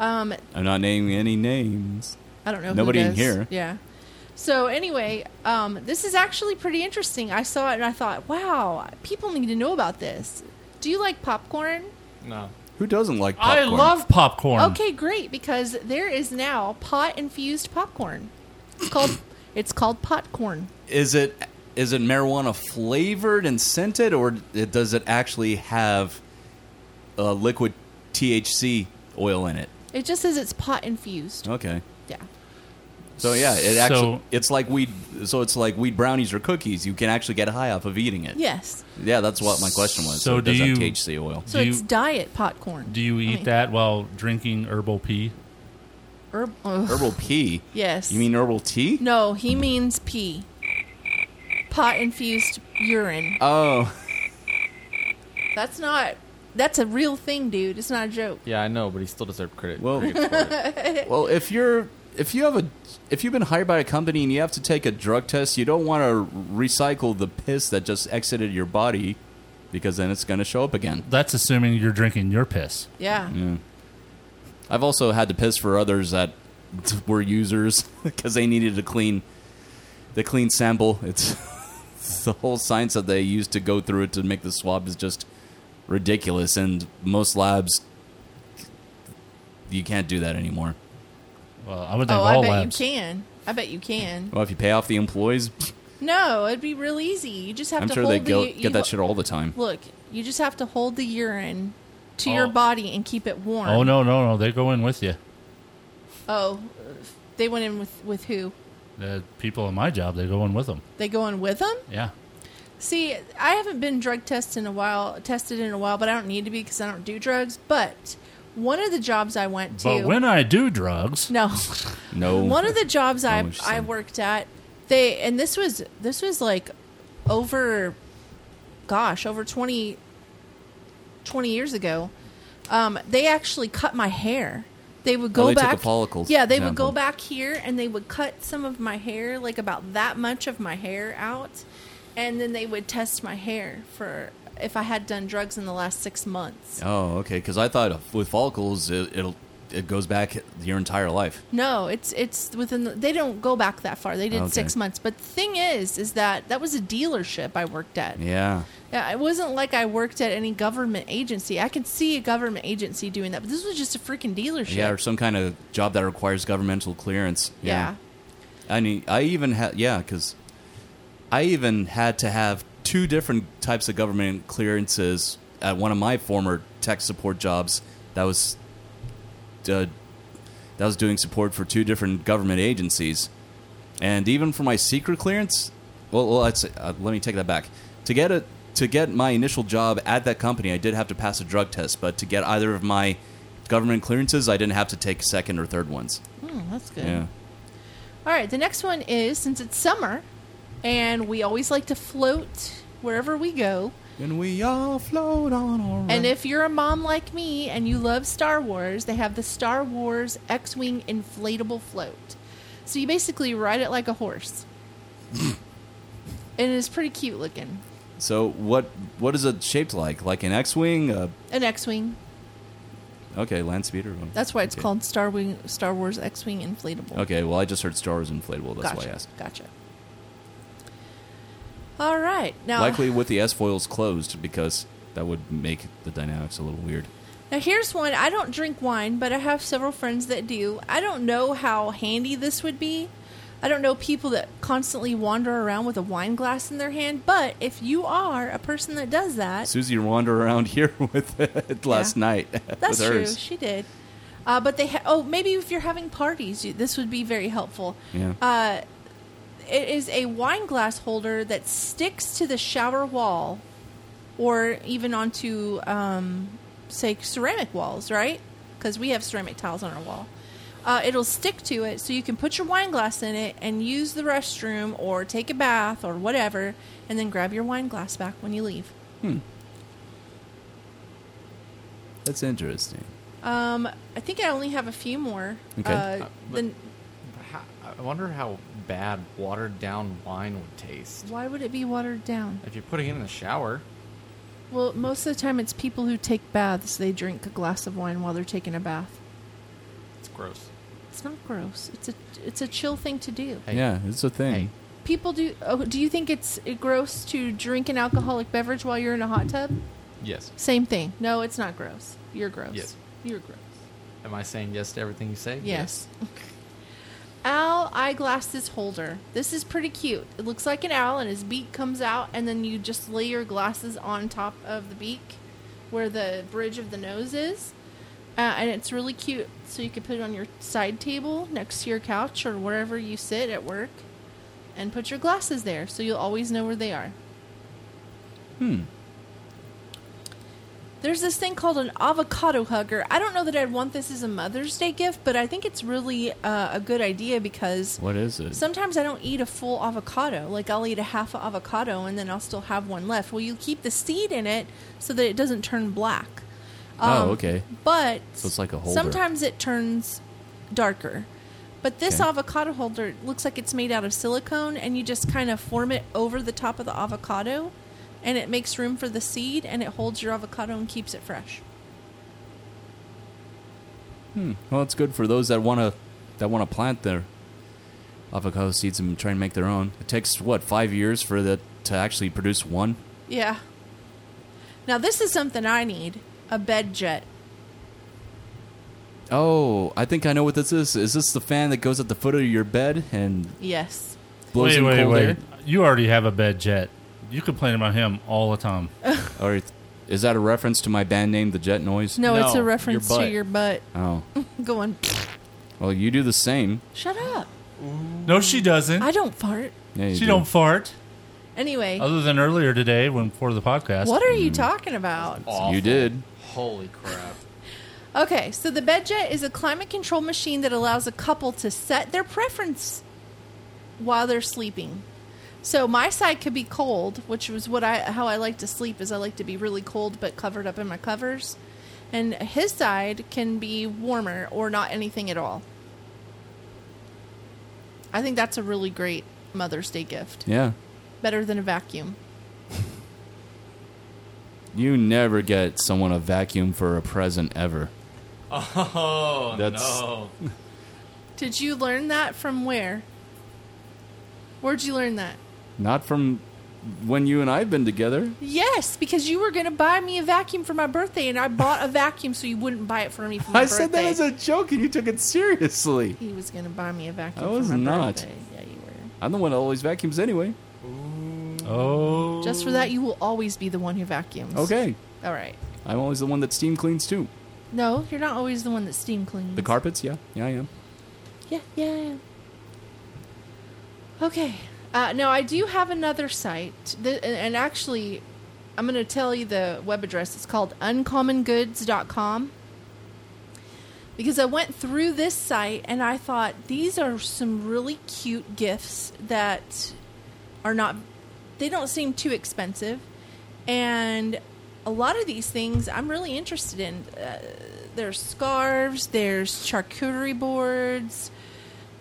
Speaker 8: Um
Speaker 12: I'm not naming any names.
Speaker 8: I don't know. who
Speaker 12: Nobody in
Speaker 8: does.
Speaker 12: here.
Speaker 8: Yeah. So anyway, um, this is actually pretty interesting. I saw it and I thought, wow, people need to know about this. Do you like popcorn?
Speaker 12: No. Who doesn't like
Speaker 9: I
Speaker 12: popcorn?
Speaker 9: love popcorn.
Speaker 8: Okay, great because there is now pot infused popcorn. It's called it's called popcorn.
Speaker 12: Is it is it marijuana flavored and scented or it, does it actually have uh, liquid THC oil in it?
Speaker 8: It just says it's pot infused.
Speaker 12: Okay.
Speaker 8: Yeah.
Speaker 12: So yeah, it actually
Speaker 9: So-
Speaker 12: it's like weed. So it's like weed brownies or cookies. You can actually get high off of eating it.
Speaker 8: Yes.
Speaker 12: Yeah, that's what my question was.
Speaker 9: So
Speaker 12: it
Speaker 9: do
Speaker 12: does have
Speaker 9: you-
Speaker 12: THC oil?
Speaker 8: So
Speaker 9: Do
Speaker 8: it's
Speaker 9: you-
Speaker 8: diet popcorn.
Speaker 9: Do you
Speaker 8: I
Speaker 9: eat
Speaker 8: mean,
Speaker 9: that while drinking herbal pee?
Speaker 8: herb- ugh.
Speaker 12: Herbal pea.
Speaker 8: Yes.
Speaker 12: You mean herbal tea?
Speaker 8: No, he means pee. Pot infused urine.
Speaker 12: Oh.
Speaker 8: That's not that's a real thing, dude. It's not a joke.
Speaker 7: Yeah, I know, but he still deserved credit.
Speaker 12: Well,
Speaker 8: That's
Speaker 12: well, if you're if you have a if you've been hired by a company and you have to take a drug test, you don't want to recycle the piss that just exited your body, because then it's going to show up again.
Speaker 9: That's assuming you're drinking your piss.
Speaker 8: Yeah.
Speaker 12: Yeah. I've also had to piss for others that were users because they needed a clean, the clean sample. It's, it's the whole science that they used to go through it to make the swab is just ridiculous, and most labs you can't do that anymore.
Speaker 9: Well, I would
Speaker 8: oh, I bet you can. I bet you can.
Speaker 12: Well, if you pay off the employees,
Speaker 8: No, it'd be real easy. You just have
Speaker 12: I'm
Speaker 8: to
Speaker 12: sure
Speaker 8: hold
Speaker 12: they
Speaker 8: the
Speaker 12: go-
Speaker 8: u-
Speaker 12: get
Speaker 8: you-
Speaker 12: that shit all the time.
Speaker 8: Look, you just have to hold the urine to
Speaker 12: Oh.
Speaker 8: your body and keep it warm.
Speaker 9: Oh no, no, no! They go in with you.
Speaker 8: Oh, they went in with with who?
Speaker 9: The people at my job, they go in with them.
Speaker 8: They go in with them?
Speaker 9: Yeah.
Speaker 8: See, I haven't been drug tested in a while, tested in a while, but I don't need to be because I don't do drugs. But one of the jobs I went to,
Speaker 9: But when I do drugs,
Speaker 8: no,
Speaker 12: no.
Speaker 8: one of the jobs
Speaker 9: I
Speaker 8: I
Speaker 9: know what you're
Speaker 8: I worked at, they and this was this was like over, gosh, over 20, 20 years ago. Um, they actually cut my hair. They would go
Speaker 12: Oh, they took
Speaker 8: back
Speaker 12: the follicles
Speaker 8: Yeah, they
Speaker 12: down
Speaker 8: would go
Speaker 12: from-
Speaker 8: back here and they would cut some of my hair, like about that much of my hair out, and then they would test my hair for if I had done drugs in the last six months.
Speaker 12: Oh, okay. Because I thought with follicles, it, it'll it goes back your entire life.
Speaker 8: No, it's it's within. The, they don't go back that far. They did
Speaker 12: Okay.
Speaker 8: six months. But the thing is, is that that was a dealership I worked at.
Speaker 12: Yeah.
Speaker 8: Yeah, it wasn't like I worked at any government agency. I could see a government agency doing that, but this was just a freaking dealership.
Speaker 12: Yeah, or some kind of job that requires governmental clearance.
Speaker 8: Yeah.
Speaker 12: I mean, I even had yeah, because I even had to have two different types of government clearances at one of my former tech support jobs. That was uh, that was doing support for two different government agencies, and even for my secret clearance. Well, well let's, uh, let me take that back. To get it, to get my initial job at that company, I did have to pass a drug test. But to get either of my government clearances, I didn't have to take second or third ones.
Speaker 8: Hmm, that's good.
Speaker 12: Yeah.
Speaker 8: All right, the next one is since it's summer, and we always like to float wherever we go.
Speaker 12: And we all float on our.
Speaker 8: And if you're a mom like me and you love Star Wars, they have the Star Wars X Wing inflatable float. So you basically ride it like a horse. and it's pretty cute looking.
Speaker 12: So what what is it shaped like? Like an X-wing? Uh,
Speaker 8: An X Wing.
Speaker 12: okay, land speeder. One.
Speaker 8: That's why it's
Speaker 12: Okay.
Speaker 8: called Star Wing Star Wars X Wing Inflatable.
Speaker 12: Okay, well I just heard Star Wars inflatable. That's
Speaker 8: gotcha.
Speaker 12: why I asked.
Speaker 8: Gotcha. All right. Now
Speaker 12: Likely with the S foils closed because that would make the dynamics a little weird.
Speaker 8: Now, here's one. I don't drink wine, but I have several friends that do. I don't know how handy this would be. I don't know people that constantly wander around with a wine glass in their hand, but if you are a person that does that,
Speaker 12: Susie wandered around here with it last night.
Speaker 8: that's
Speaker 12: with
Speaker 8: true.
Speaker 12: hers.
Speaker 8: She did. Uh, but they, ha- oh, maybe if you're having parties, you, this would be very helpful.
Speaker 12: Yeah.
Speaker 8: Uh, it is a wine glass holder that sticks to the shower wall or even onto, um, say, ceramic walls, right? Because we have ceramic tiles on our wall. Uh, it'll stick to it so you can put your wine glass in it and use the restroom or take a bath or whatever and then grab your wine glass back when you leave.
Speaker 12: Hmm. That's interesting.
Speaker 8: Um, I think I only have a few more.
Speaker 12: Okay.
Speaker 8: Uh, the,
Speaker 7: How, I wonder how bad watered down wine would taste.
Speaker 8: why would it be watered down?
Speaker 7: If you're putting it in the shower,
Speaker 8: Well, most of the time it's people who take baths. They drink a glass of wine while they're taking a bath.
Speaker 7: it's gross.
Speaker 8: It's not gross. It's a it's a chill thing to do.
Speaker 12: Yeah, it's a thing.
Speaker 8: People do. Oh, do you think it's gross to drink an alcoholic beverage while you're in a hot tub?
Speaker 7: Yes.
Speaker 8: Same thing. No, it's not gross. You're gross.
Speaker 7: Yes.
Speaker 8: You're gross.
Speaker 7: Am I saying yes to everything you say?
Speaker 8: Yes. Owl eyeglasses holder. This is pretty cute. It looks like an owl, and his beak comes out, and then you just lay your glasses on top of the beak, where the bridge of the nose is, uh, and it's really cute. So you could put it on your side table next to your couch or wherever you sit at work, and put your glasses there, so you'll always know where they are.
Speaker 12: Hmm.
Speaker 8: There's this thing called an avocado hugger. I don't know that I'd want this as a Mother's Day gift, but I think it's really uh, a good idea because
Speaker 12: What is it?
Speaker 8: sometimes I don't eat a full avocado. Like I'll eat a half a avocado and then I'll still have one left. Well, you keep the seed in it so that it doesn't turn black. um,
Speaker 12: oh, okay.
Speaker 8: But
Speaker 12: So it's like a holder.
Speaker 8: sometimes it turns darker. But this
Speaker 12: Okay.
Speaker 8: avocado holder looks like it's made out of silicone, and you just kind of form it over the top of the avocado, and it makes room for the seed, and it holds your avocado and keeps it fresh.
Speaker 12: Hmm. Well, it's good for those that want to that want to plant their avocado seeds and try and make their own. It takes what five years for that to actually produce one.
Speaker 8: Yeah. Now this is something I need: a bed jet.
Speaker 12: Oh, I think I know what this is. Is this the fan that goes at the foot of your bed and
Speaker 8: Yes.
Speaker 12: blows in cold air?
Speaker 9: You already have a bad jet. You complain about him all the time.
Speaker 12: All right. Is that a reference to my band name, The Jet Noise?
Speaker 8: No, it's a reference to your butt
Speaker 12: Oh.
Speaker 8: going.
Speaker 12: Well, you do the same.
Speaker 8: Shut up!
Speaker 9: No, she doesn't.
Speaker 8: I don't fart.
Speaker 12: Yeah, you
Speaker 9: she
Speaker 12: do.
Speaker 9: not fart.
Speaker 8: Anyway,
Speaker 9: Other than earlier today, when for the podcast.
Speaker 8: what are
Speaker 12: Mm.
Speaker 8: you talking about?
Speaker 9: You did.
Speaker 7: Holy crap.
Speaker 8: Okay, so the bedjet is a climate control machine that allows a couple to set their preference while they're sleeping. So my side could be cold, which was what I how I like to sleep is I like to be really cold but covered up in my covers. And his side can be warmer or not anything at all. I think that's a really great Mother's Day gift.
Speaker 12: Yeah.
Speaker 8: Better than a vacuum.
Speaker 12: You never get someone a vacuum for a present ever.
Speaker 7: Oh
Speaker 12: That's-
Speaker 7: no.
Speaker 8: Did you learn that from where? Where'd you learn that?
Speaker 12: Not from when you and I have been together.
Speaker 8: Yes, because you were going to buy me a vacuum for my birthday, and I bought a vacuum so you wouldn't buy it for me for my
Speaker 12: I
Speaker 8: birthday.
Speaker 12: said that as a joke and you took it seriously.
Speaker 8: He was going to buy me a vacuum.
Speaker 12: I was
Speaker 8: for my
Speaker 12: not.
Speaker 8: Birthday. Yeah, you were.
Speaker 12: I'm the one that always vacuums anyway.
Speaker 9: Oh.
Speaker 8: Just for that, you will always be the one who vacuums.
Speaker 12: Okay.
Speaker 8: All right.
Speaker 12: I'm always the one that steam cleans too.
Speaker 8: No, you're not always the one that steam cleans.
Speaker 12: The carpets, yeah, yeah, I am.
Speaker 8: Yeah, yeah, yeah. Okay. Uh, now I do have another site, that, and- and actually, I'm going to tell you the web address. It's called uncommongoods.com because I went through this site and I thought these are some really cute gifts that are not they don't seem too expensive, and a lot of these things I'm really interested in. Uh, there's scarves, there's charcuterie boards,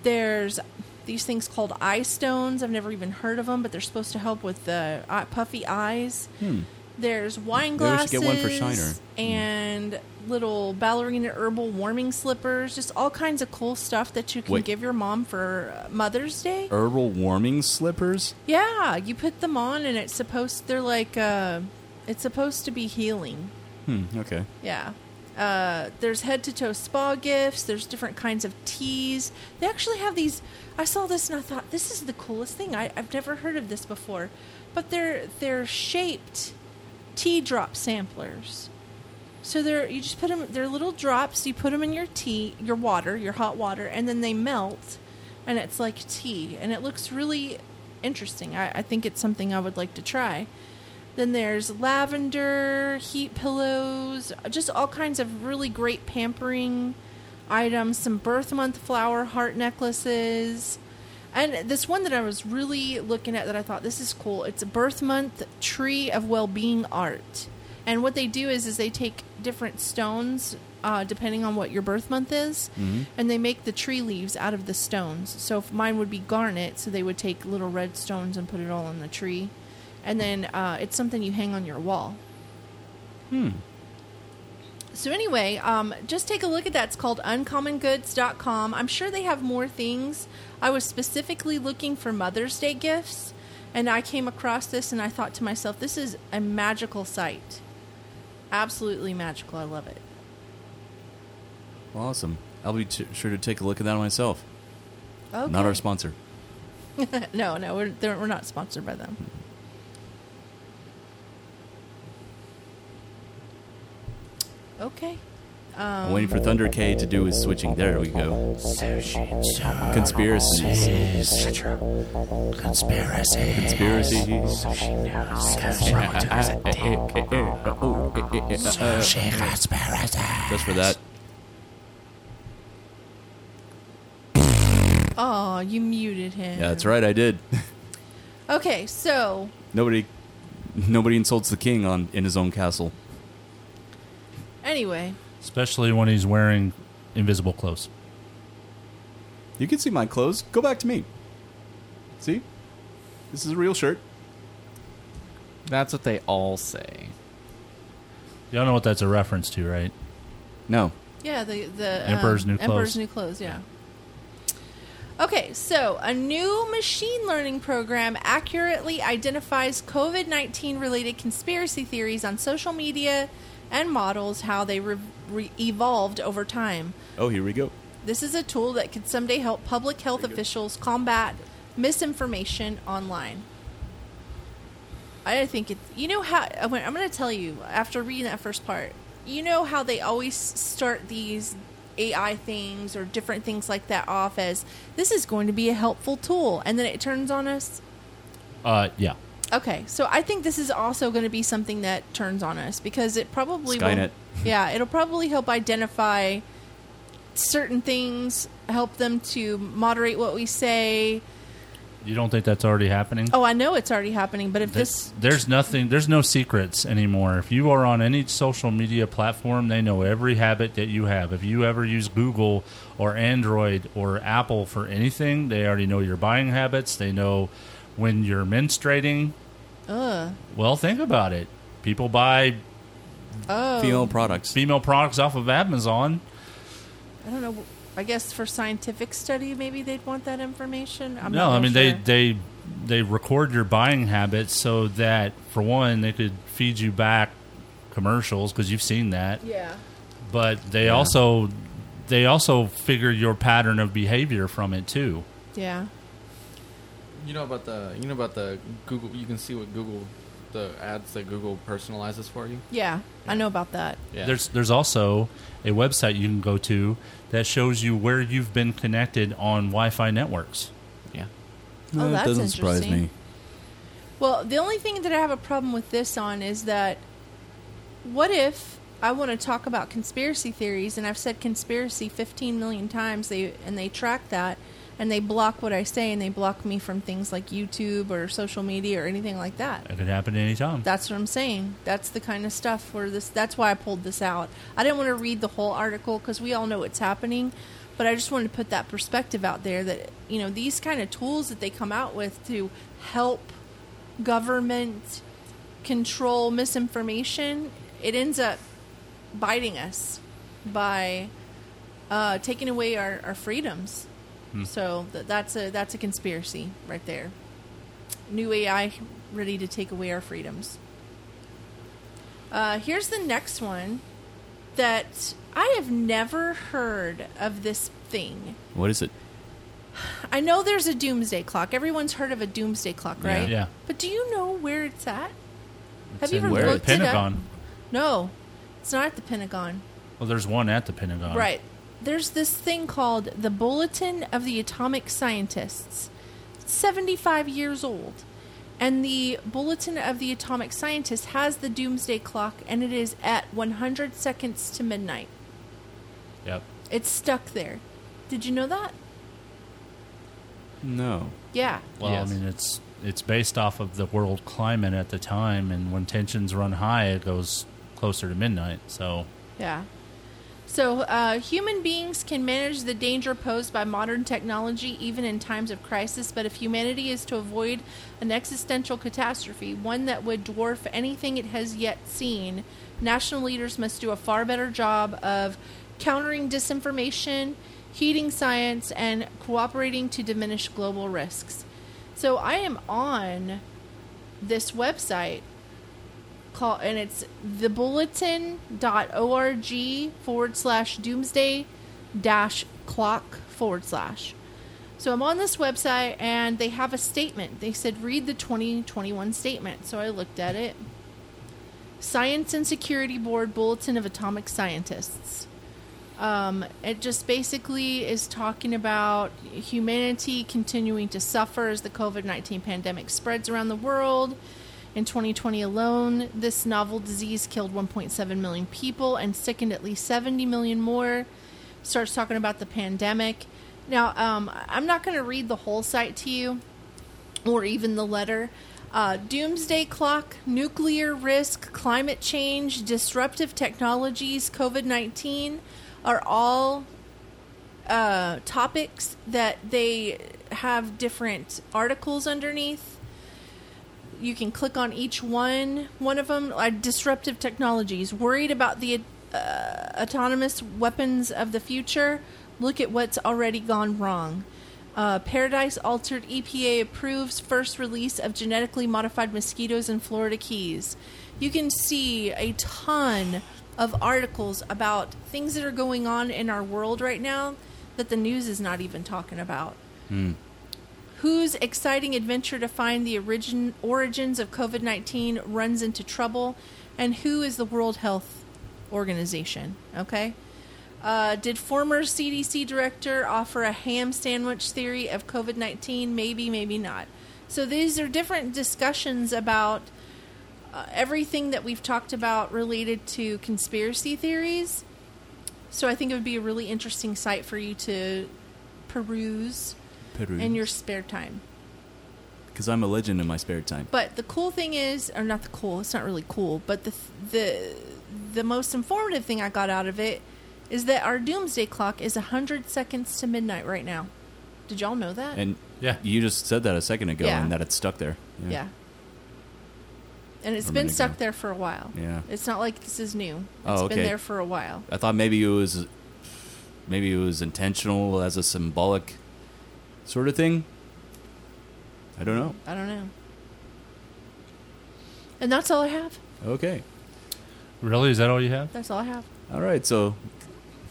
Speaker 8: there's these things called eye stones. I've never even heard of them, but they're supposed to help with the eye- puffy eyes.
Speaker 12: Hmm.
Speaker 8: There's
Speaker 12: Maybe
Speaker 8: wine
Speaker 12: we
Speaker 8: glasses
Speaker 12: should get one for Shiner.
Speaker 8: and little ballerina herbal warming slippers, just all kinds of cool stuff that you can
Speaker 12: Wait. Er
Speaker 8: give your mom for uh, Mother's Day.
Speaker 12: Herbal warming slippers?
Speaker 8: Yeah, you put them on and it's supposed they're like uh it's supposed to be healing.
Speaker 12: Hmm, okay.
Speaker 8: Yeah. Uh, there's head to toe spa gifts. There's different kinds of teas. They actually have these. I saw this and I thought this is the coolest thing. I, I've never heard of this before, but they're they're shaped tea drop samplers. So they're you just put them. They're little drops. You put them in your tea, your water, your hot water, and then they melt, and it's like tea. And it looks really interesting. I, I think it's something I would like to try. Then there's lavender, heat pillows, just all kinds of really great pampering items, some birth month flower heart necklaces. And this one that I was really looking at that I thought this is cool. It's a birth month tree of well-being art. And what they do is is they take different stones uh, depending on what your birth month is
Speaker 13: Mhm.
Speaker 8: and they make the tree leaves out of the stones. So if mine would be garnet, so they would take little red stones and put it all on the tree. And then uh, it's something you hang on your wall.
Speaker 12: Hmm.
Speaker 8: So anyway, um, just take a look at that. It's called uncommongoods.com. I'm sure they have more things. I was specifically looking for Mother's Day gifts, and I came across this and I thought to myself, this is a magical site. Absolutely magical. I love it.
Speaker 12: Awesome. I'll be t- sure to take a look at that myself. Not
Speaker 8: Okay.
Speaker 12: our sponsor.
Speaker 8: no, no, we're, they're- we're not sponsored by them.
Speaker 12: Hmm.
Speaker 8: Okay. Um,
Speaker 12: I'm waiting for Thunder K to do his switching. There we go. Conspiracies.
Speaker 13: Conspiracy.
Speaker 12: Conspiracies.
Speaker 13: Sushi conspiracy.
Speaker 12: Just for that.
Speaker 8: Oh, you muted him.
Speaker 12: Yeah, that's right. I did.
Speaker 8: Okay, so
Speaker 12: Nobody, nobody insults the king on in his own castle.
Speaker 8: anyway,
Speaker 9: Especially when he's wearing invisible clothes.
Speaker 12: You can see my clothes. Go back to me. See, this is a real shirt.
Speaker 7: That's what they all say.
Speaker 9: Y'all know what that's a reference to, right?
Speaker 12: No.
Speaker 8: yeah, the the um,
Speaker 9: Emperor's New Clothes.
Speaker 8: Emperor's New Clothes, yeah. Okay, so a new machine learning program accurately identifies COVID 19 related conspiracy theories on social media and models how they re- re- evolved over time.
Speaker 12: Oh, here we go.
Speaker 8: This is a tool that could someday help public health officials combat misinformation online. I think it's you know how I'm going to tell you after reading that first part. You know how they always start these AI things or different things like that off as this is going to be a helpful tool, and then it turns on us.
Speaker 9: Uh, yeah.
Speaker 8: Okay, so I think this is also going to be something that turns on us because it probably will.
Speaker 9: Skynet.
Speaker 8: Yeah, it'll probably help identify certain things, help them to moderate what we say.
Speaker 9: You don't think that's already happening?
Speaker 8: Oh, I know it's already happening, but if this
Speaker 9: There's nothing. There's no secrets anymore. If you are on any social media platform, they know every habit that you have. If you ever use Google or Android or Apple for anything, they already know your buying habits. They know when you're menstruating.
Speaker 8: Ugh.
Speaker 9: Well, think about it. People buy
Speaker 8: Oh.
Speaker 9: products, female products off of Amazon.
Speaker 8: I don't know. I guess for scientific study, maybe they'd want that information. I'm
Speaker 9: no,
Speaker 8: not
Speaker 9: I mean
Speaker 8: real sure.
Speaker 9: they they they record your buying habits so that for one they could feed you back commercials because you've seen that.
Speaker 8: Yeah.
Speaker 9: But they
Speaker 8: Yeah.
Speaker 9: also they also figure your pattern of behavior from it too.
Speaker 8: Yeah.
Speaker 7: You know about the you know about the Google. You can see what Google, the ads that Google personalizes for you.
Speaker 8: yeah, I know about that.
Speaker 9: There's there's also a website you can go to that shows you where you've been connected on Wi-Fi networks.
Speaker 7: Yeah.
Speaker 8: Oh,
Speaker 9: that
Speaker 8: that's interesting. Well, the only thing that I have a problem with this on is that what if I want to talk about conspiracy theories and I've said conspiracy 15 million times they and they track that and they block what I say and they block me from things like YouTube or social media or anything like that.
Speaker 9: It could happen at any time.
Speaker 8: That's what I'm saying. That's the kind of stuff where this. That's why I pulled this out. I didn't want to read the whole article because we all know what's happening, but I just wanted to put that perspective out there that you know these kind of tools that they come out with to help government control misinformation. It ends up biting us by uh, taking away our, our freedoms.
Speaker 14: Hmm.
Speaker 8: So th- that's a that's a conspiracy right there. New AI ready to take away our freedoms. Uh, here's the next one that I have never heard of this thing.
Speaker 12: What is it?
Speaker 8: I know there's a doomsday clock. Everyone's heard of a doomsday clock,
Speaker 12: Yeah.
Speaker 8: right?
Speaker 12: Yeah.
Speaker 8: But do you know where it's at?
Speaker 9: It's
Speaker 8: you
Speaker 9: in
Speaker 8: even
Speaker 9: where?
Speaker 8: looked
Speaker 9: the
Speaker 8: it up?
Speaker 9: Pentagon.
Speaker 8: No, it's not at the Pentagon.
Speaker 9: Well, there's one at the Pentagon.
Speaker 8: Right. There's this thing called the Bulletin of the Atomic Scientists. It's 75 years old. And the Bulletin of the Atomic Scientists has the doomsday clock, and it is at 100 seconds to midnight.
Speaker 9: Yep.
Speaker 8: It's stuck there. Did you know that?
Speaker 12: No.
Speaker 8: Yeah.
Speaker 9: Well, I mean, it's it's based off of the world climate at the time, and when tensions run high, it goes closer to midnight. So
Speaker 8: Yeah. So, uh, human beings can manage the danger posed by modern technology even in times of crisis, but if humanity is to avoid an existential catastrophe, one that would dwarf anything it has yet seen, national leaders must do a far better job of countering disinformation, heeding science, and cooperating to diminish global risks. So, I am on this website call and it's thebulletin.org forward slash doomsday dash clock forward slash so i'm on this website and they have a statement they said read the 2021 statement so i looked at it science and security board bulletin of atomic scientists um, it just basically is talking about humanity continuing to suffer as the COVID 19 pandemic spreads around the world. In 2020 alone, this novel disease killed 1.7 million people and sickened at least 70 million more. Starts talking about the pandemic. Now, um, I'm not going to read the whole site to you or even the letter. Uh, doomsday clock, nuclear risk, climate change, disruptive technologies, COVID 19 are all uh, topics that they have different articles underneath. You can click on each one. One of them are disruptive technologies. Worried about the uh, autonomous weapons of the future? Look at what's already gone wrong. Uh, Paradise altered EPA approves first release of genetically modified mosquitoes in Florida Keys. You can see a ton of articles about things that are going on in our world right now that the news is not even talking about. whose exciting adventure to find the origin origins of COVID nineteen runs into trouble, and who is the World Health Organization. Okay. Uh, did former CDC director offer a ham sandwich theory of COVID 19? Maybe, maybe not. So these are different discussions about uh, everything that we've talked about related to conspiracy theories. So I think it would be a really interesting site for you to peruse,
Speaker 12: Peruse.
Speaker 8: in your spare time.
Speaker 12: Because I'm a legend in my spare time.
Speaker 8: But the cool thing is, or not the cool, it's not really cool, but the the the most informative thing I got out of it is that our doomsday clock is 100 seconds to midnight right now. Did y'all know that?
Speaker 12: And yeah, you just said that a second ago,
Speaker 8: Yeah.
Speaker 12: and that it's stuck there.
Speaker 8: yeah. And it's
Speaker 12: Or a
Speaker 8: been
Speaker 12: minute
Speaker 8: stuck
Speaker 12: ago.
Speaker 8: there for a while.
Speaker 12: Yeah.
Speaker 8: It's not like this is new. It's
Speaker 12: Oh, okay.
Speaker 8: been there for a while.
Speaker 12: I thought maybe it was, maybe it was intentional as a symbolic, sort of thing. I don't know.
Speaker 8: I don't know. And that's all I have.
Speaker 12: Okay.
Speaker 9: Really? Is that all you have?
Speaker 8: That's all I have.
Speaker 12: All right. So,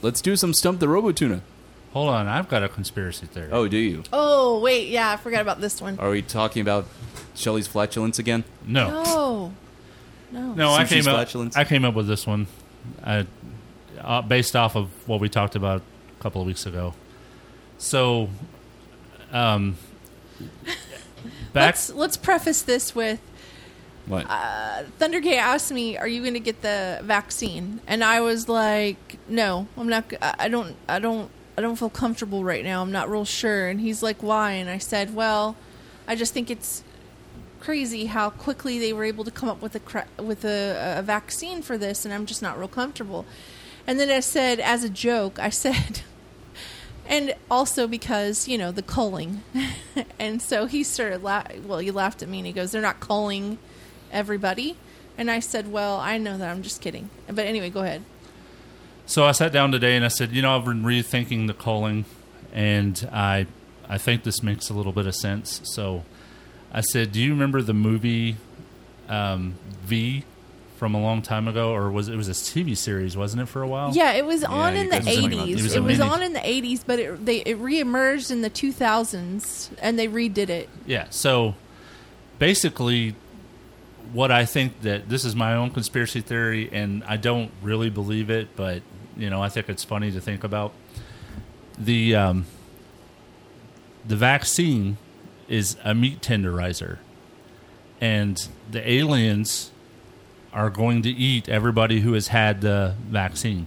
Speaker 12: let's do some stump the Robo Tuna.
Speaker 9: Hold on, I've got a conspiracy theory.
Speaker 12: Oh, do you?
Speaker 8: Oh, wait. Yeah, I forgot about this one.
Speaker 12: Are we talking about Shelley's flatulence again? Oh.
Speaker 8: No. No.
Speaker 9: No, I
Speaker 12: Sushi
Speaker 9: came up.
Speaker 12: flatulence?
Speaker 9: I came up with this one, I, uh, based off of what we talked about a couple of weeks ago. So, um, back
Speaker 8: let's let's preface this with
Speaker 12: what?
Speaker 8: uh, Thunder K asked me, "Are you going to get the vaccine?" And I was like, "No, I'm not. g- I I don't. I don't. I don't feel comfortable right now. I'm not real sure." And he's like, "Why?" And I said, "Well, I just think it's crazy how quickly they were able to come up with a cra- with a, a vaccine for this, and I'm just not real comfortable." And then I said, as a joke, I said. And also because, you know, the culling. and so he started, la- well, he laughed at me and he goes, they're not culling everybody. And I said, well, I know that. I'm just kidding. But anyway, go ahead.
Speaker 9: So I sat down today and I said, you know, I've been rethinking the calling, and I, I think this makes a little bit of sense. So, I said, do you remember the movie, um, V, from a long time ago, or was it was a TV series, wasn't it, for a while?
Speaker 8: Yeah, it was on in the
Speaker 9: guys were talking about
Speaker 8: 80s.
Speaker 9: this.
Speaker 8: It
Speaker 9: a
Speaker 8: was
Speaker 9: mini-
Speaker 8: on in the 80s, but it, they, it reemerged in the 2000s and they redid it.
Speaker 9: Yeah. So basically, what I think that this is my own conspiracy theory, and I don't really believe it, but you know, I think it's funny to think about. The um, the vaccine is a meat tenderizer, and the aliens are going to eat everybody who has had the vaccine.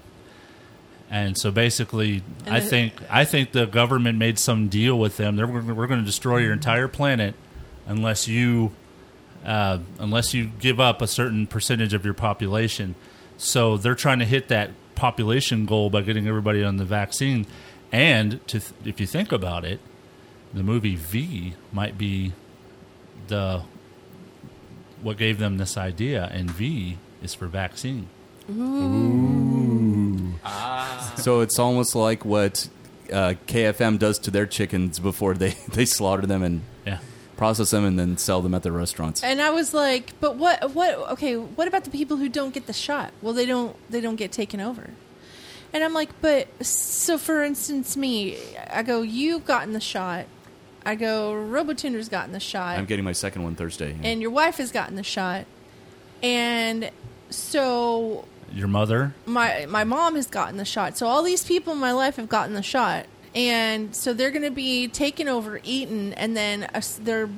Speaker 9: And so basically,
Speaker 6: And
Speaker 9: I
Speaker 6: the-
Speaker 9: think I think the government made some deal with them. They're we're, going to destroy
Speaker 6: Mm-hmm.
Speaker 9: your entire planet unless you uh, unless you give up a certain percentage of your population. So they're trying to hit that population goal by getting everybody on the vaccine. And to th- if you think about it, the movie V might be the what gave them this idea, and V is for vaccine.
Speaker 12: So it's almost like what uh, KFM does to their chickens before they, they slaughter them and
Speaker 9: Yeah.
Speaker 12: process them and then sell them at the restaurants.
Speaker 8: And I was like, but what what okay, what about the people who don't get the shot? Well, they don't they don't get taken over. And I'm like, but so for instance me, I go, you've gotten the shot. I go, Robotunder's gotten the shot
Speaker 12: I'm getting my second one Thursday.
Speaker 8: and your wife has gotten the shot. And so
Speaker 9: Your mother,
Speaker 8: my my mom has gotten the shot. So all these people in my life have gotten the shot, and so they're going to be taken over, eaten, and then as- their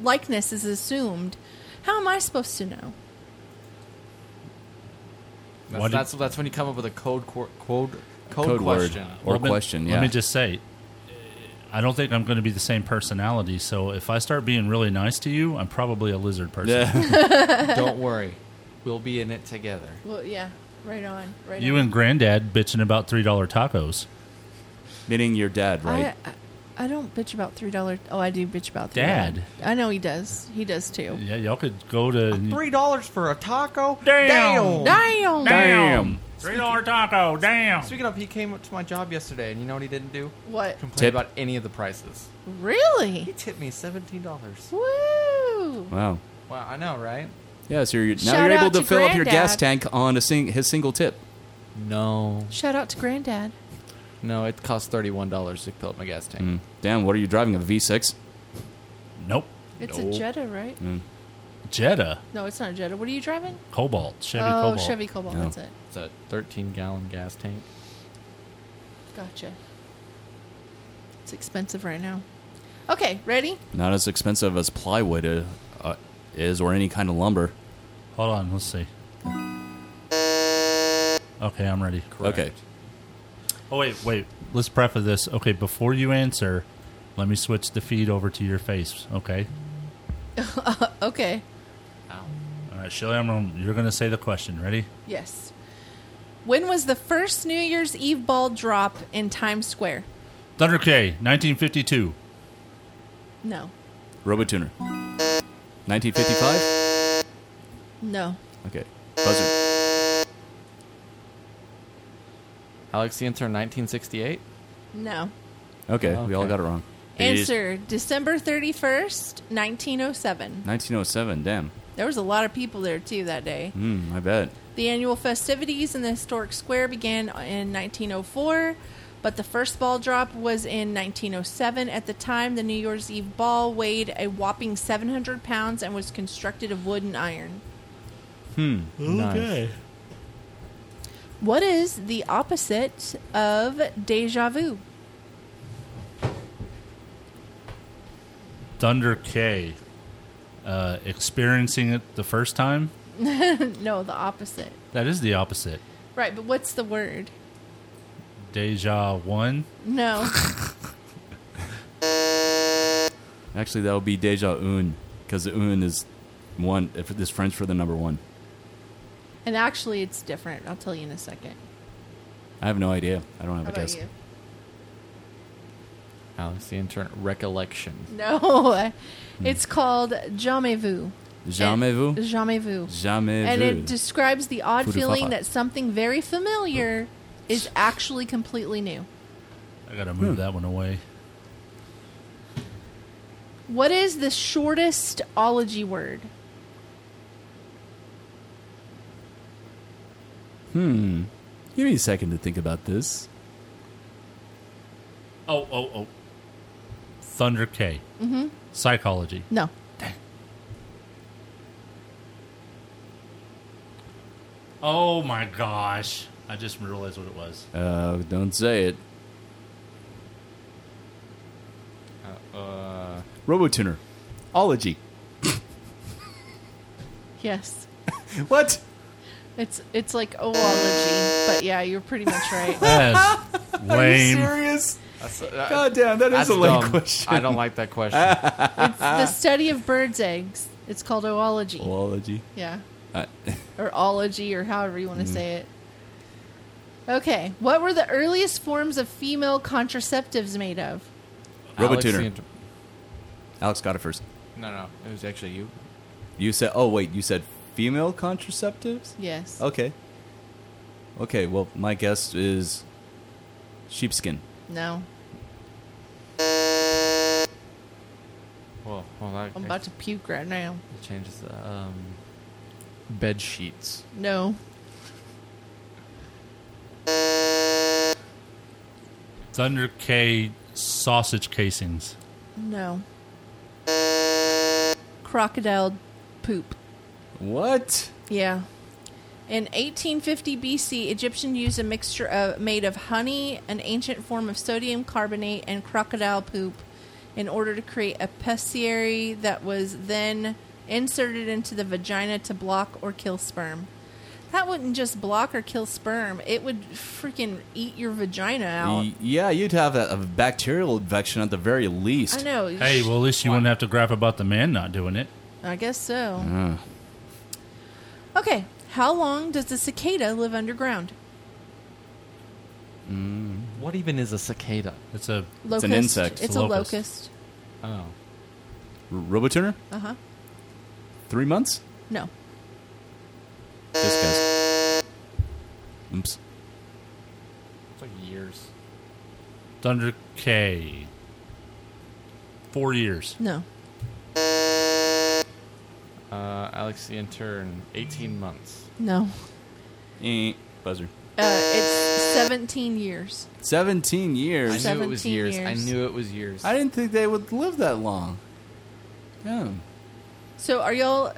Speaker 8: likeness is assumed. How am I supposed to know?
Speaker 7: That's,
Speaker 9: Why did-
Speaker 7: that's, that's when you come up with a code cor- code code,
Speaker 12: Code word.
Speaker 7: question.
Speaker 12: Or
Speaker 9: Let me-
Speaker 12: question, yeah.
Speaker 9: Let me just say, I don't think I'm going to be the same personality. So if I start being really nice to you, I'm probably a lizard person.
Speaker 7: Don't worry, we'll be in it together.
Speaker 8: Well, yeah, right on, right.
Speaker 9: you
Speaker 8: on.
Speaker 9: and Granddad bitching about three dollar tacos.
Speaker 12: Meaning your dad,
Speaker 8: I, I, I don't bitch about three dollar. Oh, I do bitch about $3.
Speaker 9: Dad.
Speaker 8: I know he does. He does too.
Speaker 9: yeah, y'all could go to
Speaker 12: Hmm.
Speaker 7: Three dollars for a taco?
Speaker 9: Damn.
Speaker 8: Damn.
Speaker 9: Damn. Three dollar taco. Damn.
Speaker 7: Speaking of, he came up to my job yesterday, and you know what he didn't do?
Speaker 8: What?
Speaker 7: Complain
Speaker 12: Tip.
Speaker 7: about any of the prices.
Speaker 8: Really?
Speaker 7: He tipped me seventeen dollars.
Speaker 8: Woo!
Speaker 12: Wow.
Speaker 7: Wow, I know, right?
Speaker 12: Yeah, so you're, now
Speaker 8: Shout
Speaker 12: you're able
Speaker 8: out
Speaker 12: to,
Speaker 8: to
Speaker 12: fill up your gas
Speaker 8: Granddad.
Speaker 12: tank on a sing, his single tip.
Speaker 7: No.
Speaker 8: Shout out to Granddad.
Speaker 12: Hmm.
Speaker 7: No, it cost thirty-one dollars to fill up my gas tank.
Speaker 12: Damn, what are you driving? A V6?
Speaker 9: Nope.
Speaker 8: It's a Jetta, right?
Speaker 9: Mm. Jetta.
Speaker 8: No, it's not a Jetta. What are you driving?
Speaker 9: Cobalt. Chevy
Speaker 8: oh,
Speaker 9: Cobalt.
Speaker 8: Chevy Cobalt. That's it.
Speaker 7: It's a 13 gallon gas tank.
Speaker 8: Gotcha. It's expensive right now. Okay, ready?
Speaker 12: Not as expensive as plywood uh, uh, is or any kind of lumber.
Speaker 9: Hold on, let's see. Okay, I'm ready.
Speaker 12: Okay.
Speaker 9: Oh wait, wait. Let's preface this. Okay, before you answer, let me switch the feed over to your face. Okay.
Speaker 8: okay.
Speaker 9: All right, Shelly, I'm gonna- you're going to say the question. Ready?
Speaker 8: Yes. When was the first New Year's Eve ball drop in Times Square?
Speaker 9: Thunder K, 1952.
Speaker 8: No.
Speaker 12: Robotuner. 1955?
Speaker 8: No.
Speaker 12: Okay. Buzzer.
Speaker 7: Alex, the answer 1968?
Speaker 8: No.
Speaker 12: Okay, we all
Speaker 7: Okay.
Speaker 12: got it wrong.
Speaker 8: Answer December 31st, 1907.
Speaker 12: 1907, damn.
Speaker 8: There was a lot of people there too that day.
Speaker 12: Hmm, I bet.
Speaker 8: The annual festivities in the historic square began in 1904, but the first ball drop was in 1907. At the time, the New Year's Eve ball weighed a whopping 700 pounds and was constructed of wood and iron.
Speaker 12: Hmm.
Speaker 7: Okay.
Speaker 8: What is the opposite of deja vu?
Speaker 9: Thunder K, uh, experiencing it the first time.
Speaker 8: no, the opposite.
Speaker 9: That is the opposite.
Speaker 8: Right, but what's the word?
Speaker 9: Deja one.
Speaker 8: No.
Speaker 12: Actually, that would be deja un, because the un is one. If this French for the number one,
Speaker 8: and actually, it's different. I'll tell you in a second.
Speaker 12: I have no idea. I don't have
Speaker 8: How
Speaker 12: a
Speaker 8: about
Speaker 12: guess.
Speaker 8: you?
Speaker 7: Alex, the answer recollection.
Speaker 8: No. It's called jamais vu.
Speaker 12: Jamais vu.
Speaker 8: Jamais vu.
Speaker 12: Jamais
Speaker 8: and
Speaker 12: vu.
Speaker 8: it describes the odd
Speaker 12: Foo de
Speaker 8: feeling
Speaker 12: papa.
Speaker 8: that something very familiar is actually completely new.
Speaker 9: I gotta move that one away.
Speaker 8: What is the shortest ology word?
Speaker 12: Hmm. Give me a second to think about this.
Speaker 9: Oh, oh, oh. Thunder K.
Speaker 8: Mm-hmm.
Speaker 9: Psychology.
Speaker 8: No.
Speaker 9: Oh my gosh. I just realized what it was.
Speaker 12: Uh, don't say it.
Speaker 7: Uh, uh,
Speaker 12: Robotuner. Ology.
Speaker 8: Yes.
Speaker 12: what?
Speaker 8: It's it's like oology, but yeah, you're pretty much right.
Speaker 9: lame.
Speaker 12: serious?
Speaker 7: That's,
Speaker 12: God damn, that is
Speaker 7: that's
Speaker 12: a lame
Speaker 7: dumb.
Speaker 12: question.
Speaker 7: I don't like that question.
Speaker 8: It's
Speaker 12: Ah.
Speaker 8: the study of birds' eggs. It's called oology.
Speaker 12: Ology.
Speaker 8: Yeah.
Speaker 12: I-
Speaker 8: or ology or however you want to
Speaker 12: Mm.
Speaker 8: say it. Okay, what were the earliest forms of female contraceptives made of?
Speaker 7: Alex,
Speaker 12: Robotuner.
Speaker 7: the answer-
Speaker 12: Alex got it first.
Speaker 7: No, no, it was actually you.
Speaker 12: You said. Oh wait, you said female contraceptives.
Speaker 8: Yes.
Speaker 12: Okay. Okay. Well, my guess is sheepskin.
Speaker 8: No,
Speaker 7: Well, well, that
Speaker 8: I'm about to puke right now.
Speaker 7: it changes the um, bed sheets.
Speaker 8: No.
Speaker 9: Thunder K sausage casings.
Speaker 8: No. Crocodile poop.
Speaker 12: What?
Speaker 8: Yeah. In 1850 BC, Egyptians used a mixture of, made of honey, an ancient form of sodium carbonate, and crocodile poop in order to create a pessary that was then inserted into the vagina to block or kill sperm. That wouldn't just block or kill sperm, it would freaking eat your vagina out.
Speaker 12: Y- yeah, you'd have a, a bacterial infection at the very least.
Speaker 8: I know.
Speaker 9: Hey, well, at least you wouldn't have to grab about the man not doing it.
Speaker 8: I guess so. Okay, how long does the cicada live underground?
Speaker 7: What even is a cicada?
Speaker 9: It's a
Speaker 8: Locust. It's, a locust.
Speaker 7: Oh.
Speaker 12: Roboturner?
Speaker 8: Uh huh.
Speaker 12: Three months?
Speaker 8: No.
Speaker 12: This guy's. Oops.
Speaker 7: It's like years.
Speaker 9: Thunder K. Four years.
Speaker 8: No.
Speaker 7: Uh, Alex the intern, 18 months.
Speaker 8: No.
Speaker 12: Eh, buzzer.
Speaker 8: Uh, it's 17 years.
Speaker 12: 17 years.
Speaker 7: I knew it was
Speaker 8: 17
Speaker 7: years. I
Speaker 8: years.
Speaker 7: knew it was years.
Speaker 12: I didn't think they would live that long. Yeah.
Speaker 8: So are y'all? uh,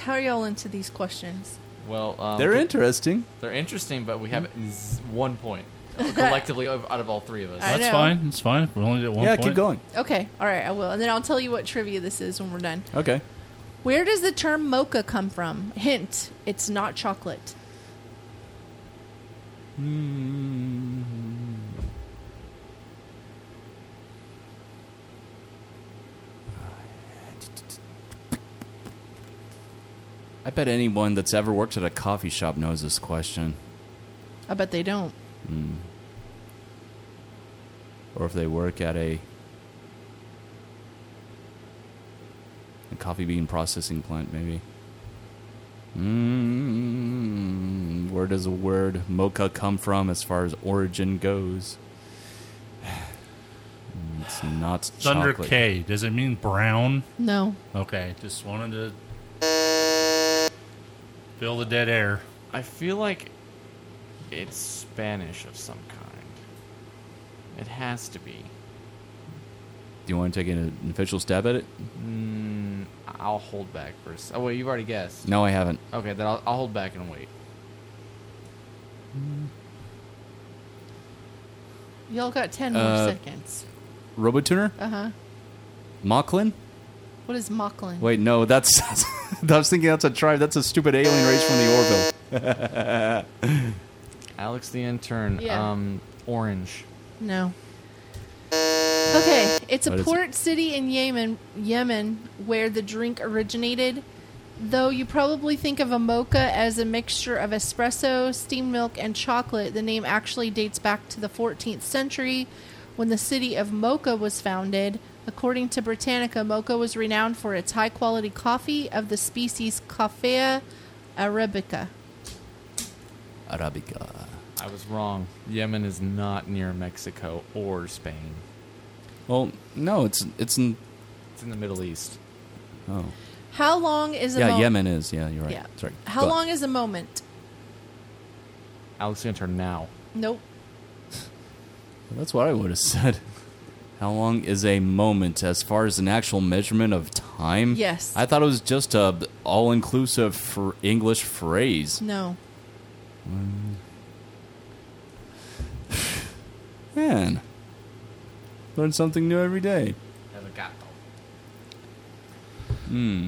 Speaker 8: How are y'all into these questions?
Speaker 7: Well,
Speaker 8: Oh,
Speaker 7: um,
Speaker 12: They're Hmm? interesting.
Speaker 7: They're interesting, but we have z- one point collectively of- out of all three of us.
Speaker 8: I
Speaker 9: That's
Speaker 8: know.
Speaker 9: fine. That's fine. We only get one.
Speaker 12: Yeah, keep
Speaker 9: point.
Speaker 12: going.
Speaker 8: Okay, all right, I will, and then I'll tell you what trivia this is when we're done.
Speaker 12: Okay.
Speaker 8: Where does the term mocha come from? Hint: It's not chocolate.
Speaker 12: I bet anyone that's ever worked at a coffee shop knows this question.
Speaker 8: I bet they don't.
Speaker 12: Mm. Or if they work at a, a coffee bean processing plant, maybe. Mm, where does the word mocha come from as far as origin goes? It's not
Speaker 9: Thunder
Speaker 12: chocolate.
Speaker 9: K. Does it mean brown?
Speaker 8: No.
Speaker 9: Okay. Just wanted to fill the dead air.
Speaker 7: I feel like it's Spanish of some kind. It has to be.
Speaker 12: Do you want to take an, an official stab at it?
Speaker 7: Mm, I'll hold back first. Oh wait, you've already guessed.
Speaker 12: No, I haven't.
Speaker 7: Okay, then I'll, I'll hold back and wait.
Speaker 8: Y'all got ten more
Speaker 12: Uh,
Speaker 8: seconds.
Speaker 12: Robotuner?
Speaker 8: Uh huh.
Speaker 12: Mocklin?
Speaker 8: What is Mocklin?
Speaker 12: Wait, no, that's. I was thinking that's a tribe. That's a stupid alien race from the Orville.
Speaker 7: Alex the intern.
Speaker 8: Yeah.
Speaker 7: Um, orange.
Speaker 8: No. Okay, it's
Speaker 7: What
Speaker 8: a
Speaker 7: is
Speaker 8: port city in Yemen, Yemen, where the drink originated. Though you probably think of a mocha as a mixture of espresso, steamed milk, and chocolate, the name actually dates back to the 14th century when the city of Mocha was founded. According to Britannica, Mocha was renowned for its high quality coffee of the species Coffea arabica.
Speaker 12: Arabica.
Speaker 7: I was wrong. Yemen is not near Mexico or Spain.
Speaker 12: Well, no, it's it's in.
Speaker 7: It's in the Middle East.
Speaker 12: Oh.
Speaker 8: How long is a
Speaker 12: yeah,
Speaker 8: mo-
Speaker 12: Yemen is. Yeah, you're right.
Speaker 8: Yeah.
Speaker 12: Sorry.
Speaker 8: How
Speaker 12: Go on.
Speaker 8: long is a moment?
Speaker 7: Alex the intern now.
Speaker 8: Nope.
Speaker 12: That's what I would have said. How long is a moment as far as an actual measurement of time?
Speaker 8: Yes.
Speaker 12: I thought it was just a all-inclusive for English phrase.
Speaker 8: No.
Speaker 12: Mm. Man, learn something new every day.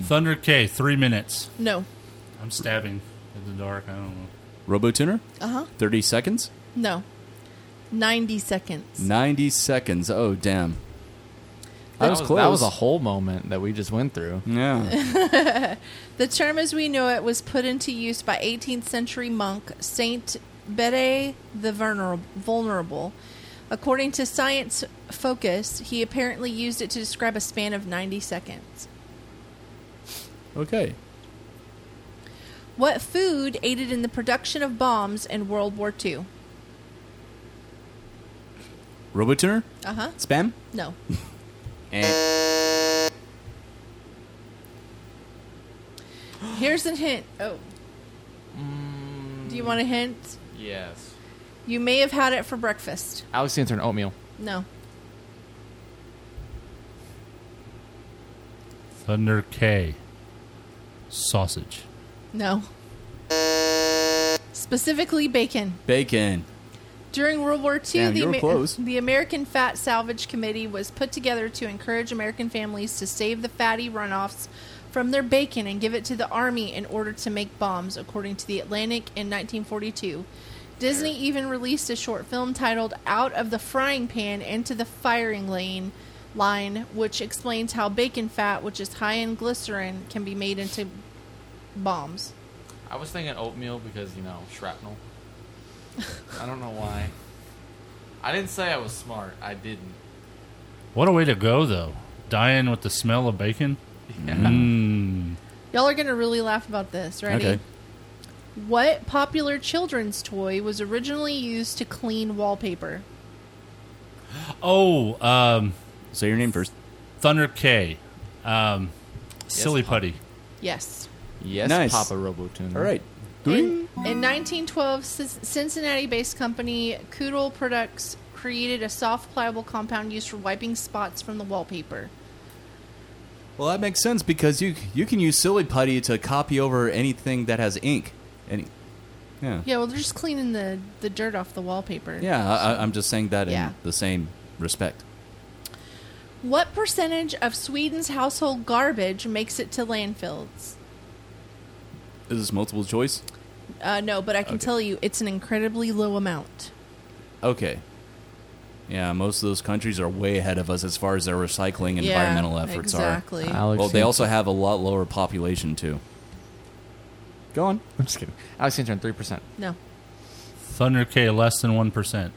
Speaker 9: Thunder K. Three minutes.
Speaker 8: No.
Speaker 9: I'm stabbing in the dark. I don't know.
Speaker 12: Robotuner?
Speaker 8: Uh-huh.
Speaker 12: 30 seconds?
Speaker 8: No. 90 seconds.
Speaker 12: 90 seconds. Oh, damn.
Speaker 7: That
Speaker 12: I
Speaker 7: was,
Speaker 12: was close.
Speaker 7: That was a whole moment that we just went through.
Speaker 12: Yeah.
Speaker 8: the term as we know it was put into use by 18th century monk Saint Bede the Vulner- Vulnerable. According to Science Focus, he apparently used it to describe a span of 90 seconds.
Speaker 12: Okay.
Speaker 8: What food aided in the production of bombs in World War II?
Speaker 12: Robotuner?
Speaker 8: Uh huh.
Speaker 12: Spam?
Speaker 8: No.
Speaker 12: Eh.
Speaker 8: Here's a hint. Oh. Do you want a hint?
Speaker 7: Yes.
Speaker 8: You may have had it for breakfast.
Speaker 7: Alex the intern oatmeal.
Speaker 8: No.
Speaker 9: Thunder K. Sausage.
Speaker 8: No. Specifically bacon.
Speaker 12: Bacon.
Speaker 8: During World War II,
Speaker 12: Damn,
Speaker 8: the,
Speaker 12: you were close.
Speaker 8: the American Fat Salvage Committee was put together to encourage American families to save the fatty runoffs from their bacon and give it to the Army in order to make bombs, according to The Atlantic in 1942. Disney even released a short film titled Out of the Frying Pan into the Firing Lane line, which explains how bacon fat, which is high in glycerin, can be made into bombs.
Speaker 7: I was thinking oatmeal because, you know, shrapnel. I don't know why. I didn't say I was smart. I didn't.
Speaker 9: What a way to go, though. Dying with the smell of bacon. Mm.
Speaker 8: Y'all are gonna really laugh about this. Ready?
Speaker 9: Okay.
Speaker 8: What popular children's toy was originally used to clean wallpaper?
Speaker 9: Oh, um,
Speaker 12: say your name first.
Speaker 9: Thunder K. Um, Silly Putty.
Speaker 8: Yes.
Speaker 7: Yes,
Speaker 9: Nice.
Speaker 7: Papa Robotune.
Speaker 9: All right.
Speaker 8: In, in 1912, Cin- Cincinnati-based company Koodle Products created a soft, pliable compound used for wiping spots from the wallpaper.
Speaker 12: Well, that makes sense because you you can use silly putty to copy over anything that has ink. Any, yeah,
Speaker 8: Yeah, well, they're just cleaning the, the dirt off the wallpaper.
Speaker 12: yeah. I, I- I'm just saying that
Speaker 8: Yeah.
Speaker 12: in the same respect.
Speaker 8: What percentage of Sweden's household garbage makes it to landfills?
Speaker 12: Is this multiple choice?
Speaker 8: Uh, no, but I can
Speaker 12: Okay.
Speaker 8: tell you it's an incredibly low amount.
Speaker 12: Okay. Yeah, most of those countries are way ahead of us as far as their recycling and
Speaker 8: Yeah,
Speaker 12: environmental efforts
Speaker 8: exactly.
Speaker 12: are.
Speaker 8: Alex
Speaker 12: well, they
Speaker 8: seems-
Speaker 12: also have a lot lower population too. Go on.
Speaker 7: I'm just kidding. Alex Intern, 3%.
Speaker 8: No.
Speaker 9: Thunder K less than one percent.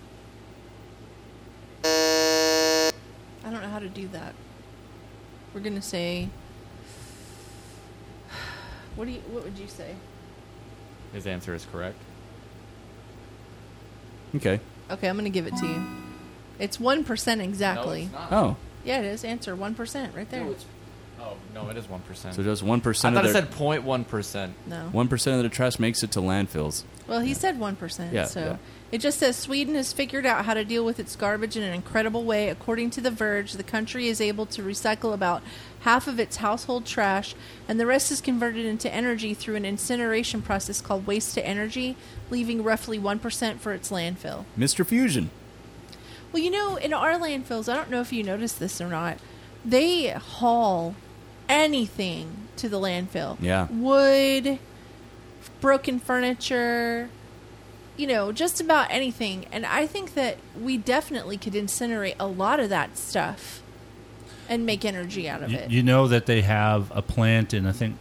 Speaker 8: I don't know how to do that. We're gonna say. What do you? What would you say?
Speaker 7: His answer is correct.
Speaker 12: Okay.
Speaker 8: Okay, I'm gonna give it to you. It's one percent exactly.
Speaker 7: not.
Speaker 12: Oh.
Speaker 8: Yeah, it is. Answer one percent right there.
Speaker 7: Oh, no, it is 1%.
Speaker 12: So just 1%
Speaker 7: I thought
Speaker 12: of
Speaker 7: it
Speaker 12: their-
Speaker 7: said 0.1%.
Speaker 8: No.
Speaker 12: One percent of the trash makes it to landfills.
Speaker 8: Well, he said one percent.
Speaker 12: Yeah,
Speaker 8: so
Speaker 12: yeah.
Speaker 8: it just says Sweden has figured out how to deal with its garbage in an incredible way. According to The Verge, the country is able to recycle about half of its household trash, and the rest is converted into energy through an incineration process called waste to energy, leaving roughly one percent for its landfill.
Speaker 12: Mr. Fusion.
Speaker 8: Well, you know, in our landfills, I don't know if you noticed this or not, they haul anything to the landfill.
Speaker 12: Yeah.
Speaker 8: Wood, broken furniture, you know, just about anything. And I think that we definitely could incinerate a lot of that stuff and make energy out of
Speaker 9: You,
Speaker 8: it.
Speaker 9: you know that they have a plant in I think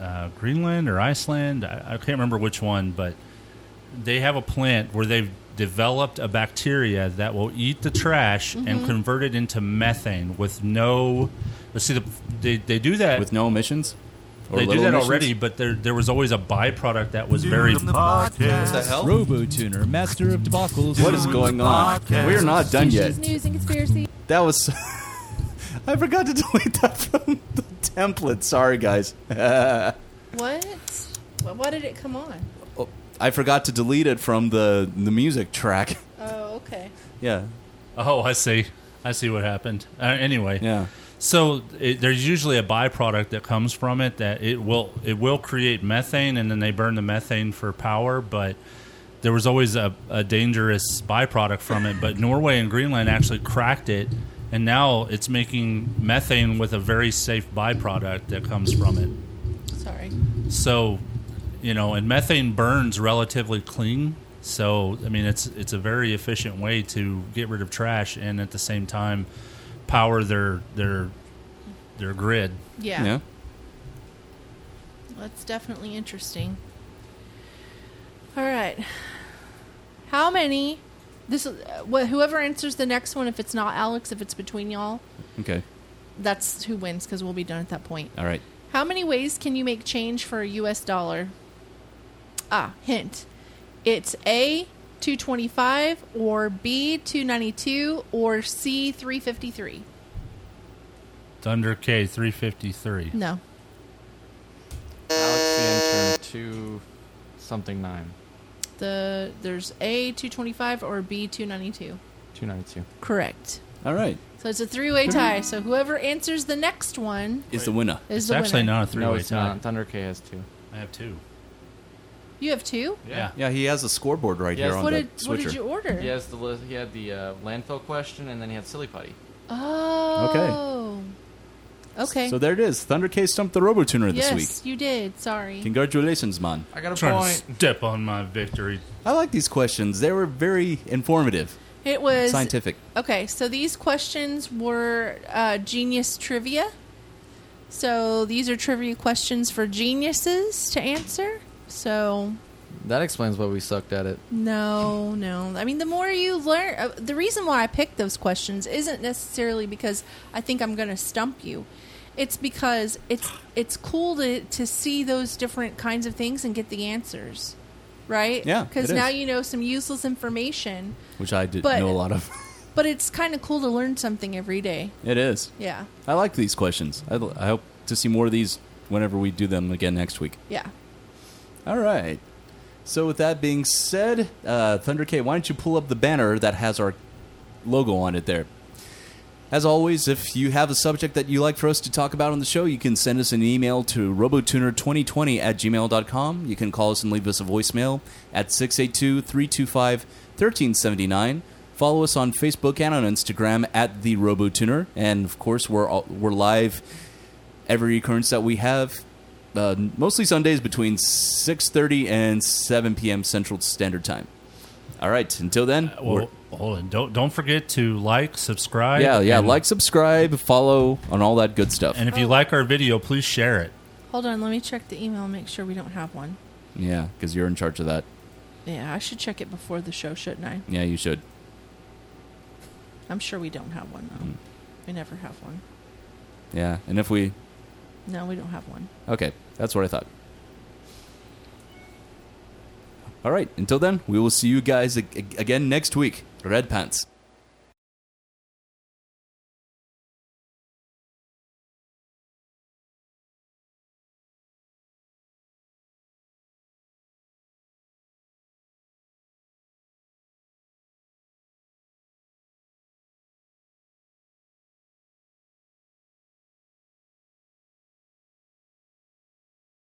Speaker 9: uh, Greenland or Iceland. I, I can't remember which one, but they have a plant where they've developed a bacteria that will eat the trash and
Speaker 14: Mhm.
Speaker 9: convert it into methane with no. Let's see, the, they they do that
Speaker 12: with no emissions. Or
Speaker 9: They do
Speaker 12: little
Speaker 9: that
Speaker 12: emissions?
Speaker 9: already, but there there was always a byproduct that was very.
Speaker 14: Robo Tuner, master of debacles.
Speaker 12: What is going on? We are not done yet.
Speaker 11: News and conspiracy.
Speaker 12: That was. I forgot to delete that from the template. Sorry, guys.
Speaker 8: what? Wh- Why did it come on?
Speaker 12: I forgot to delete it from the the music track.
Speaker 8: Oh, okay.
Speaker 12: Yeah.
Speaker 9: Oh, I see. I see what happened. Uh, anyway,
Speaker 12: yeah.
Speaker 9: So it, there's usually a byproduct that comes from it that it will it will create methane, and then they burn the methane for power. But there was always a, a dangerous byproduct from it. But Norway and Greenland actually cracked it, and now it's making methane with a very safe byproduct that comes from it.
Speaker 8: Sorry.
Speaker 9: So, you know, and methane burns relatively clean. So, I mean, it's it's a very efficient way to get rid of trash and at the same time power their their their grid.
Speaker 8: Yeah. Yeah. That's definitely interesting. All right. How many? This is- uh, wh- whoever answers the next one, if it's not Alex, if it's between y'all,
Speaker 12: Okay.
Speaker 8: that's who wins because we'll be done at that point.
Speaker 12: All right.
Speaker 8: How many ways can you make change for a U.S. dollar? Ah, hint. It's A two twenty five or B two ninety two or C three fifty three.
Speaker 9: Thunder K three fifty three.
Speaker 8: No.
Speaker 7: Alex the Intern, 2 something 9.
Speaker 8: The there's A two twenty five or B two ninety two.
Speaker 7: 292.
Speaker 8: Correct.
Speaker 12: All right.
Speaker 8: So it's a three way tie. So whoever answers the next one
Speaker 12: Is the winner.
Speaker 8: Is the winner.
Speaker 9: not a three-way
Speaker 7: no, it's
Speaker 9: tie.
Speaker 7: Not. Thunder K has 2.
Speaker 9: I have 2.
Speaker 8: You have two?
Speaker 9: Yeah.
Speaker 12: Yeah, he has a scoreboard right
Speaker 7: Yes.
Speaker 12: here on
Speaker 8: What
Speaker 12: the
Speaker 8: did-
Speaker 12: switcher.
Speaker 8: what did you order?
Speaker 7: He has the li- he had the uh, landfill question, and then he had silly putty.
Speaker 8: Oh. Okay. Okay.
Speaker 12: So there it is. Thunder K stumped the Robotuner this
Speaker 8: yes,
Speaker 12: week.
Speaker 8: you did. Sorry.
Speaker 12: Congratulations, man.
Speaker 8: I got a
Speaker 9: Trying To
Speaker 8: point.
Speaker 9: step on my victory.
Speaker 12: I like these questions. They were very informative.
Speaker 8: It was
Speaker 12: scientific.
Speaker 8: Okay, so these questions were uh, genius trivia. So these are trivia questions for geniuses to answer. So
Speaker 7: That explains why we sucked at it.
Speaker 8: No, no. I mean, the more you learn, uh, the reason why I picked those questions isn't necessarily because I think I'm going to stump you. It's because it's it's cool to to see those different kinds of things and get the answers, right?
Speaker 12: Yeah, it
Speaker 8: Because
Speaker 12: is.
Speaker 8: now you know some useless information,
Speaker 12: Which I did
Speaker 8: But-
Speaker 12: know a lot of.
Speaker 8: but it's kind of cool to learn something every day.
Speaker 12: It is.
Speaker 8: Yeah.
Speaker 12: I like these questions. I, I hope to see more of these whenever we do them again next week.
Speaker 8: Yeah.
Speaker 12: All right. So with that being said, uh, Thunder K, why don't you pull up the banner that has our logo on it there? As always, if you have a subject that you like for us to talk about on the show, you can send us an email to robotuner2020 at gmail.com. You can call us and leave us a voicemail at 682 325 1379. Follow us on Facebook and on Instagram at The Robotuner. And of course, we're, all, we're live every occurrence that we have, uh, mostly Sundays between 6.30 and 7 p.m. Central Standard Time. All right, until then.
Speaker 9: Uh, Well,
Speaker 12: we're-
Speaker 9: hold on. Don't don't forget to like, subscribe.
Speaker 12: yeah, yeah.
Speaker 9: and-
Speaker 12: Like, subscribe, follow, and all that good stuff.
Speaker 9: And if
Speaker 8: Oh.
Speaker 9: you like our video, please share it.
Speaker 8: Hold on, let me check the email and make sure we don't have one.
Speaker 12: Yeah, because you're in charge of that.
Speaker 8: Yeah, I should check it before the show, shouldn't I?
Speaker 12: Yeah, you should.
Speaker 8: I'm sure we don't have one, though.
Speaker 12: Mm-hmm.
Speaker 8: We never have one.
Speaker 12: Yeah, and if we,
Speaker 8: No, we don't have one.
Speaker 12: okay, that's what I thought. All right, until then, we will see you guys ag- ag- again next week. Red pants.